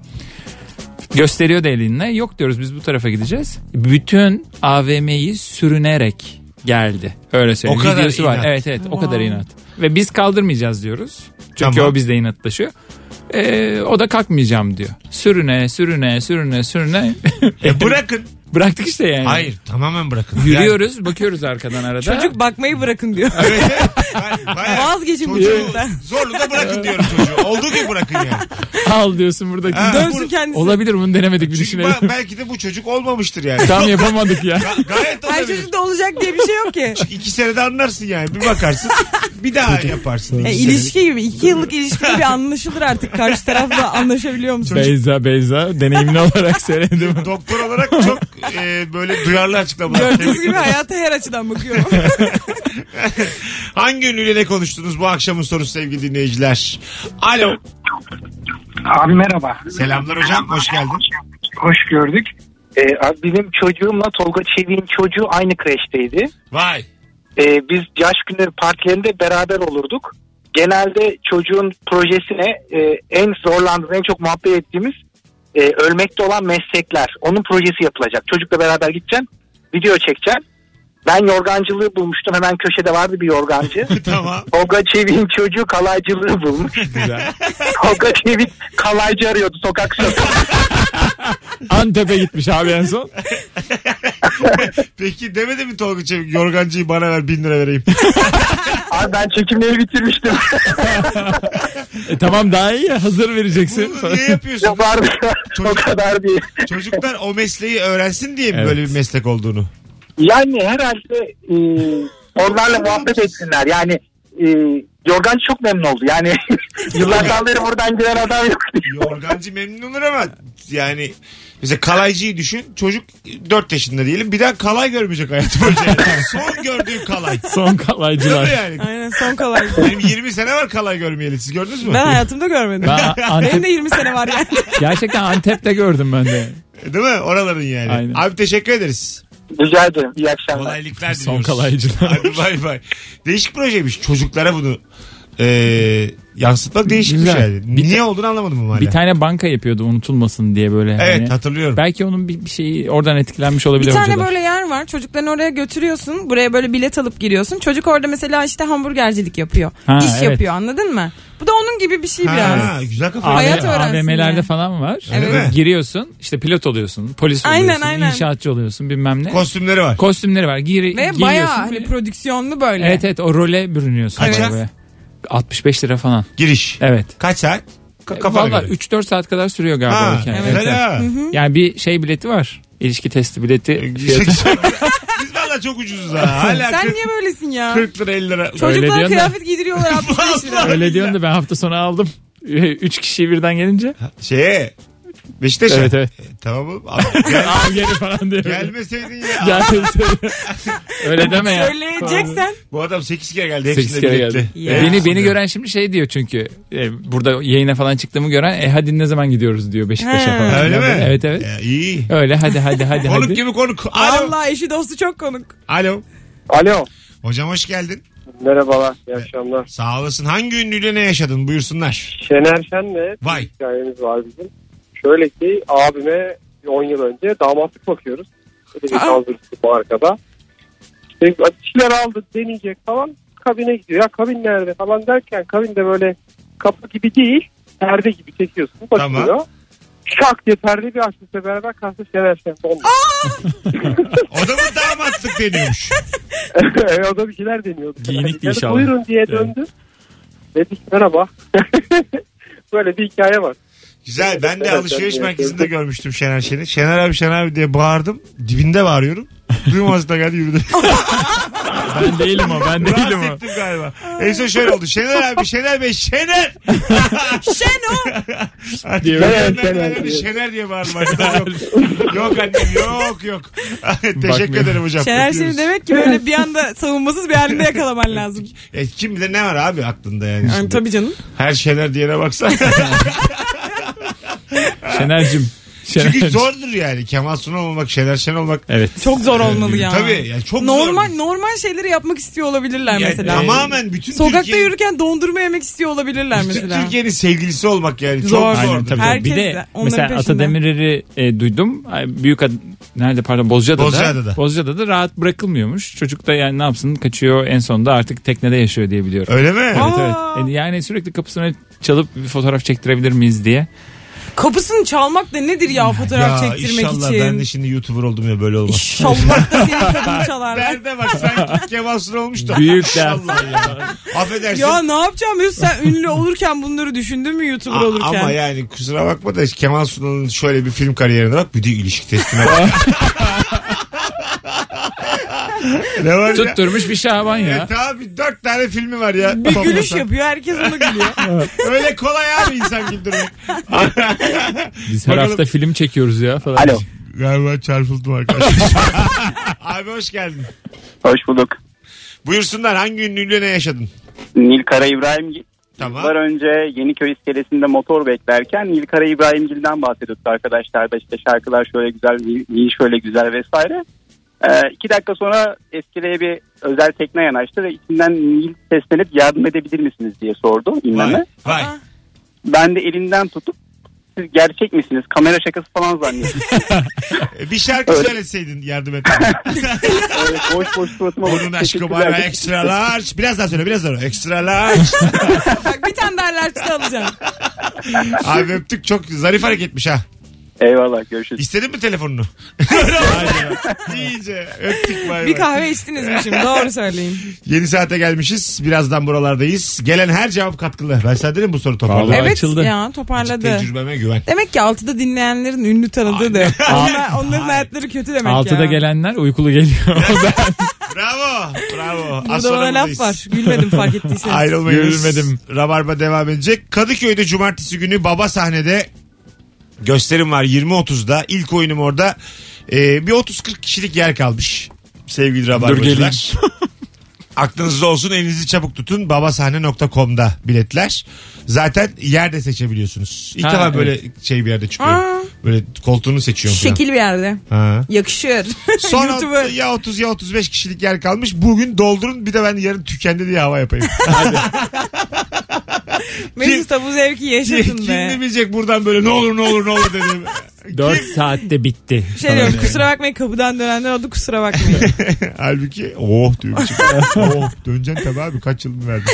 Speaker 4: Gösteriyor da elinle. Yok diyoruz biz bu tarafa gideceğiz. Bütün AVM'yi sürünerek geldi. Öyle söyleyeyim.
Speaker 2: O kadar
Speaker 4: Videosu var.
Speaker 2: inat.
Speaker 4: Evet evet o kadar inat. Ve biz kaldırmayacağız diyoruz. Çünkü
Speaker 2: Tamam.
Speaker 4: o bizde inatlaşıyor. Ee, o da kalkmayacağım diyor. Sürüne sürüne sürüne sürüne.
Speaker 2: E bırakın.
Speaker 4: Bıraktık işte yani.
Speaker 2: Hayır tamamen bırakın.
Speaker 4: Yürüyoruz bakıyoruz arkadan arada.
Speaker 3: Çocuk bakmayı bırakın diyor.
Speaker 2: Yani, evet, evet. Bayağı
Speaker 3: Vazgeçin bu
Speaker 2: çocuğu-
Speaker 3: çocuktan.
Speaker 2: Zorla da bırakın diyorum çocuğu. Olduğu gibi bırakın yani.
Speaker 4: al diyorsun buradaki.
Speaker 2: Ha,
Speaker 3: Dönsün
Speaker 2: bu-
Speaker 3: kendisi.
Speaker 4: Olabilir bunu denemedik bir
Speaker 2: Çünkü
Speaker 4: düşünelim.
Speaker 2: ba- belki de bu çocuk olmamıştır yani.
Speaker 4: Tam yapamadık ya.
Speaker 2: Ga- gayet
Speaker 3: Her
Speaker 2: olabilir.
Speaker 3: çocuk da olacak diye bir şey yok ki.
Speaker 2: İki senede anlarsın yani. Bir bakarsın. Bir daha yaparsın.
Speaker 3: E,
Speaker 2: İki
Speaker 3: ilişki gibi. iki yıllık ilişki gibi anlaşılır artık. Karşı tarafla anlaşabiliyor musun?
Speaker 4: Beyza Beyza deneyimli olarak söyledim.
Speaker 2: senede. Doktor olarak çok e, böyle duyarlı açıklamalar.
Speaker 3: Gördüğünüz gibi hayata her açıdan bakıyorum.
Speaker 2: Hangi ünlüyle ne konuştunuz bu akşamın sorusu sevgili dinleyiciler? Alo.
Speaker 7: Abi merhaba.
Speaker 2: Selamlar hocam. Hoş geldin.
Speaker 7: Hoş gördük.
Speaker 9: Ee, abi bizim çocuğumla Tolga Çevik'in çocuğu aynı kreşteydi.
Speaker 2: Vay.
Speaker 9: Ee, biz yaş günü partilerinde beraber olurduk. Genelde çocuğun projesine e, en zorlandığımız, en çok muhabbet ettiğimiz e, ölmekte olan meslekler. Onun projesi yapılacak. Çocukla beraber gideceğim, video çekeceğim. Ben yorgancılığı bulmuştum. Hemen köşede vardı bir yorgancı.
Speaker 2: Tamam.
Speaker 9: Tolga Çevik'in çocuğu kalaycılığı bulmuş. Tolga Çevik kalaycı arıyordu sokak sokak.
Speaker 11: Antep'e gitmiş abi en son.
Speaker 2: Peki demedi mi Tolga Çevik yorgancıyı bana ver bin lira vereyim.
Speaker 9: Abi ben çekimleri bitirmiştim.
Speaker 11: E, tamam daha iyi ya, hazır vereceksin.
Speaker 2: Bunu niye yapıyorsun?
Speaker 9: var o
Speaker 2: Çocuk-
Speaker 9: kadar değil.
Speaker 2: Çocuklar o mesleği öğrensin diye mi
Speaker 11: Evet.
Speaker 2: böyle bir meslek olduğunu?
Speaker 9: Yani herhalde e, onlarla muhabbet etsinler. Yani e,
Speaker 12: Yorgancı çok memnun oldu. Yani yıllardan beri buradan gelen adam yok.
Speaker 2: Yorgancı memnun olur ama yani mesela kalaycıyı düşün. Çocuk 4 yaşında diyelim. Bir daha kalay görmeyecek hayatı boyunca. Yani son gördüğü kalay.
Speaker 4: Son kalaycılar.
Speaker 2: Değil mi yani?
Speaker 3: Aynen son kalay.
Speaker 2: Benim 20 sene var kalay görmeyeli. Siz gördünüz mü?
Speaker 3: Ben hayatımda görmedim.
Speaker 4: Ben Antep-
Speaker 3: Benim de 20 sene var yani.
Speaker 4: Gerçekten Antep'te gördüm ben de.
Speaker 2: E, Değil mi? Oraların yani.
Speaker 4: Aynen.
Speaker 2: Abi teşekkür ederiz.
Speaker 12: Rica ederim. İyi akşamlar.
Speaker 2: Kolaylıklar diliyoruz.
Speaker 4: Son kalaycılar.
Speaker 2: Hadi bay bay. Değişik projeymiş. Çocuklara bunu e, yansıtmak değişikmiş
Speaker 4: Güzel.
Speaker 2: yani.
Speaker 4: Bir
Speaker 2: Niye olduğunu anlamadım ama hala.
Speaker 4: Bir tane banka yapıyordu unutulmasın diye böyle.
Speaker 2: Evet
Speaker 4: hani.
Speaker 2: hatırlıyorum.
Speaker 4: Belki onun bir, bir şeyi oradan etkilenmiş olabilir
Speaker 3: Bir tane
Speaker 4: hocalar.
Speaker 3: böyle yer var. Çocuklarını oraya götürüyorsun. Buraya böyle bilet alıp giriyorsun. Çocuk orada mesela işte hamburgercilik yapıyor.
Speaker 4: Ha,
Speaker 3: İş
Speaker 4: evet.
Speaker 3: yapıyor anladın mı? Bu da onun gibi bir şey
Speaker 2: Ha,
Speaker 3: biraz.
Speaker 2: güzel kafa.
Speaker 3: Hayat
Speaker 4: A-
Speaker 3: öğrensin
Speaker 4: AVM'lerde
Speaker 3: yani.
Speaker 4: falan var.
Speaker 2: Öyle Evet. mi?
Speaker 4: Giriyorsun işte pilot oluyorsun, polis
Speaker 3: Aynen,
Speaker 4: oluyorsun,
Speaker 3: aynen.
Speaker 4: inşaatçı oluyorsun bilmem ne.
Speaker 2: Kostümleri var.
Speaker 4: Kostümleri var. Giri,
Speaker 3: Ve
Speaker 4: giriyorsun.
Speaker 3: bayağı hani prodüksiyonlu böyle.
Speaker 4: Evet evet o role bürünüyorsun.
Speaker 2: Kaça?
Speaker 4: böyle. 65 lira falan.
Speaker 2: Giriş.
Speaker 4: Evet.
Speaker 2: Kaç saat? Ka- kafana
Speaker 4: Valla
Speaker 2: göre.
Speaker 4: 3-4 saat kadar sürüyor galiba
Speaker 2: Ha,
Speaker 4: o hikaye.
Speaker 2: güzel
Speaker 4: Evet,
Speaker 2: ha.
Speaker 4: evet. Yani bir şey bileti var. İlişki testi
Speaker 2: E,
Speaker 4: bileti fiyatı.
Speaker 2: Biz valla çok ucuzuz ha. Hala
Speaker 3: Sen
Speaker 2: 40,
Speaker 3: niye böylesin ya?
Speaker 2: 40 lira 50 lira.
Speaker 4: Öyle diyorsun
Speaker 3: Çocuklara
Speaker 4: da.
Speaker 3: kıyafet giydiriyorlar 65 lira.
Speaker 4: Öyle diyorsun da ben hafta sonu aldım. 3 kişi birden gelince.
Speaker 2: Şeye. Beşiktaş'a.
Speaker 4: Evet evet.
Speaker 2: E, tamam oğlum. Abi, gel,
Speaker 4: Al geri falan diyor.
Speaker 2: gelmeseydin ya.
Speaker 4: Gel. Öyle deme ya.
Speaker 3: Söyleyeceksen.
Speaker 2: Bu adam 8 kere geldi.
Speaker 4: Sekiz
Speaker 2: Hepsinde
Speaker 4: kere
Speaker 2: biletli.
Speaker 4: geldi.
Speaker 3: Ya.
Speaker 2: Evet.
Speaker 4: Beni beni gören şimdi şey diyor çünkü e, burada yayına falan çıktığımı gören e hadi ne zaman gidiyoruz diyor Beşiktaş'a
Speaker 3: He.
Speaker 4: falan.
Speaker 2: E, Öyle mi?
Speaker 4: Evet evet.
Speaker 2: Ya, iyi.
Speaker 4: Öyle hadi hadi hadi
Speaker 2: Konuk
Speaker 4: hadi.
Speaker 2: gibi konuk. Alo.
Speaker 3: Allah eşi dostu çok konuk.
Speaker 2: Alo.
Speaker 9: Alo.
Speaker 2: Hocam hoş geldin.
Speaker 9: Merhabalar. İyi akşamlar.
Speaker 2: Sağ olasın. Hangi ünlüyle ne yaşadın? Buyursunlar.
Speaker 9: Şener Şen'le
Speaker 2: Vay.
Speaker 9: bir hikayemiz var bizim. Şöyle ki abime 10 yıl önce damatlık bakıyoruz. Böyle bir
Speaker 3: Aa.
Speaker 9: kaldırıcı bu arkada. İşte kişiler aldı deneyecek falan. Kabine gidiyor. Ya kabin nerede falan derken kabin de böyle kapı gibi değil. Perde gibi çekiyorsun. Bakıyor.
Speaker 2: Tamam.
Speaker 9: Şak diye perdeyi bir açmışla beraber kalktı Şener Şen. Olmuş.
Speaker 2: O da mı damatlık deniyormuş?
Speaker 9: Evet, o da E, bir şeyler deniyordu.
Speaker 4: Giyinikti
Speaker 9: Yani
Speaker 4: inşallah.
Speaker 9: Buyurun diye döndü. Dedik merhaba. Böyle bir hikaye var.
Speaker 2: Güzel. Ben de
Speaker 9: Evet,
Speaker 2: alışveriş
Speaker 9: evet,
Speaker 2: merkezinde
Speaker 9: evet.
Speaker 2: görmüştüm Şener Şen'i. Şener abi Şener abi diye bağırdım. Dibinde bağırıyorum. Duymazdı da geldi yürüdü.
Speaker 4: Ben değilim o ben değilim
Speaker 2: Rahatsız
Speaker 4: o.
Speaker 2: ettim galiba. En son şöyle oldu. Şener abi Şener Bey Şener.
Speaker 3: Şeno.
Speaker 2: Artık
Speaker 4: Diye
Speaker 2: ben-
Speaker 9: böyle-
Speaker 2: ben- ben- ben- ben- Şener diye bağırdım. Arkadaşlar Yok, yok annem yok yok. Teşekkür
Speaker 4: Bakmıyor.
Speaker 2: ederim hocam.
Speaker 3: Şener
Speaker 2: Öpüyoruz.
Speaker 3: Şen'i demek ki böyle bir anda savunmasız bir halinde yakalaman lazım.
Speaker 2: E, kim bilir ne var abi aklında yani.
Speaker 3: Yani
Speaker 2: şimdi.
Speaker 3: tabii canım.
Speaker 2: Her Şener diyene baksana.
Speaker 4: Şener'cim. Şener.
Speaker 2: Çünkü zordur yani. Kemal Sunal olmak, Şener Şen olmak.
Speaker 4: Evet.
Speaker 3: Çok zor olmalı ya.
Speaker 2: Tabii. Yani çok
Speaker 3: Normal
Speaker 2: zordur.
Speaker 3: normal şeyleri yapmak istiyor olabilirler
Speaker 2: Yani
Speaker 3: mesela.
Speaker 2: Tamamen bütün
Speaker 3: Sokakta
Speaker 2: Türkiye'nin-
Speaker 3: yürürken dondurma yemek istiyor olabilirler
Speaker 2: bütün
Speaker 3: mesela.
Speaker 2: Türkiye'nin sevgilisi olmak yani. Çok
Speaker 3: Zor.
Speaker 2: zor.
Speaker 4: Aynen tabii.
Speaker 3: Herkes
Speaker 4: bir de
Speaker 3: de onların
Speaker 4: mesela
Speaker 3: peşinde.
Speaker 4: Atademir'i e, duydum. Ay, Büyük ad- nerede pardon Bozcaada'da.
Speaker 2: Bozcaada'da.
Speaker 4: Bozcaada'da rahat bırakılmıyormuş. Çocuk da yani ne yapsın kaçıyor en sonunda artık teknede yaşıyor diye biliyorum.
Speaker 2: Öyle mi?
Speaker 4: Evet
Speaker 3: Aa.
Speaker 4: evet. E, Yani sürekli kapısına çalıp bir fotoğraf çektirebilir miyiz diye.
Speaker 3: Kapısını çalmak da nedir ya fotoğraf çektirmek
Speaker 2: inşallah
Speaker 3: için?
Speaker 2: ben de şimdi YouTuber oldum ya böyle olmaz.
Speaker 3: İnşallah da senin kapını çalarlar.
Speaker 2: Nerede bak sanki Kemal Sunal olmuş da.
Speaker 4: Büyük
Speaker 2: İnşallah ya. Affedersin.
Speaker 3: ya ne yapacağım Mesut sen ünlü olurken bunları düşündün mü YouTuber
Speaker 2: A-
Speaker 3: olurken?
Speaker 2: Ama yani kusura bakma da Kemal Sunal'ın şöyle bir film kariyerine bak bir de ilişki testine bak. ne var ya?
Speaker 4: Tutturmuş bir Şaban ya.
Speaker 2: Evet abi dört tane filmi var ya.
Speaker 3: Bir gülüş
Speaker 2: Toplasan.
Speaker 3: yapıyor herkes ona gülüyor.
Speaker 2: Öyle kolay abi insan güldürmek.
Speaker 4: Biz her
Speaker 2: Bakalım.
Speaker 4: hafta film çekiyoruz ya falan.
Speaker 12: Alo.
Speaker 2: Galiba çarpıldım arkadaşlar. abi hoş geldin.
Speaker 12: Hoş bulduk.
Speaker 2: Buyursunlar hangi ünlüyle ne yaşadın?
Speaker 12: Nil Kara İbrahimgil.
Speaker 2: Tamam.
Speaker 12: Yıllar önce Yeniköy iskelesinde motor beklerken Nilkara İbrahimgil'den bahsediyorduk arkadaşlar da işte şarkılar şöyle güzel, Nil şöyle güzel vesaire. Ee, iki dakika sonra eskileye bir özel tekne yanaştı ve içinden Nil seslenip yardım edebilir misiniz diye sordu inleme.
Speaker 2: Vay. Vay.
Speaker 3: Aa.
Speaker 12: Ben de elinden tutup siz gerçek misiniz? Kamera şakası falan zannettim.
Speaker 2: E, Bir şarkı
Speaker 12: Öyle.
Speaker 2: söyleseydin yardım et.
Speaker 12: Öyle boş boş suratıma bakıp
Speaker 2: Onun aşkı
Speaker 12: teşekkürler
Speaker 2: bana
Speaker 12: dedim.
Speaker 2: extra large. Biraz daha söyle biraz daha. Extra large.
Speaker 3: Bak bir tane daha larçta alacağım.
Speaker 2: Abi öptük çok zarif hareketmiş ha.
Speaker 12: Eyvallah görüşürüz.
Speaker 2: İstedin mi telefonunu? İyice öptük bay
Speaker 3: Bir
Speaker 2: bay.
Speaker 3: kahve içtiniz mi şimdi doğru söyleyin.
Speaker 2: Yeni saate gelmişiz. Birazdan buralardayız. Gelen her cevap katkılı. Ben sana dedim bu soru
Speaker 4: Vallahi.
Speaker 2: toparladı.
Speaker 3: evet
Speaker 4: açıldı.
Speaker 3: ya toparladı.
Speaker 2: Tecrübeme güven.
Speaker 3: Demek ki altıda dinleyenlerin ünlü tanıdığı da yok. Onlar, onların hayatları kötü demek ya.
Speaker 4: Altıda gelenler uykulu geliyor.
Speaker 2: Bravo. Bravo. Az
Speaker 3: Burada
Speaker 2: sonra
Speaker 3: bana
Speaker 2: buradayız.
Speaker 3: laf var. Gülmedim fark ettiyseniz.
Speaker 2: Ayrılmayınız. Rabarba devam edecek. Kadıköy'de cumartesi günü baba sahnede gösterim var 20.30'da. İlk oyunum orada. Ee, bir 30-40 kişilik yer kalmış. Sevgili Rabarbacılar. Aklınızda olsun elinizi çabuk tutun babasahne.com'da biletler. Zaten yer de seçebiliyorsunuz. İlk
Speaker 3: Ha,
Speaker 2: defa
Speaker 3: evet.
Speaker 2: böyle şey bir yerde çıkıyor.
Speaker 3: Aa.
Speaker 2: Böyle koltuğunu seçiyorum. falan.
Speaker 3: Şekil bir yerde.
Speaker 2: Ha.
Speaker 3: Yakışır.
Speaker 2: Son
Speaker 3: YouTuber.
Speaker 2: alt- ya 30 ya 35 kişilik yer kalmış. Bugün doldurun bir de ben yarın tükendi diye hava yapayım.
Speaker 3: Mesut da bu zevki
Speaker 2: Kim
Speaker 3: yaşatın be.
Speaker 2: ne bilecek buradan böyle ne olur ne olur ne olur dedim.
Speaker 11: 4 saatte bitti.
Speaker 3: Şey diyorum kusura bakmayın kapıdan dönenler oldu kusura bakmayın.
Speaker 2: Halbuki oh diyor. bir çıkıyor. oh döneceksin tabii abi kaç yıl mı verdin?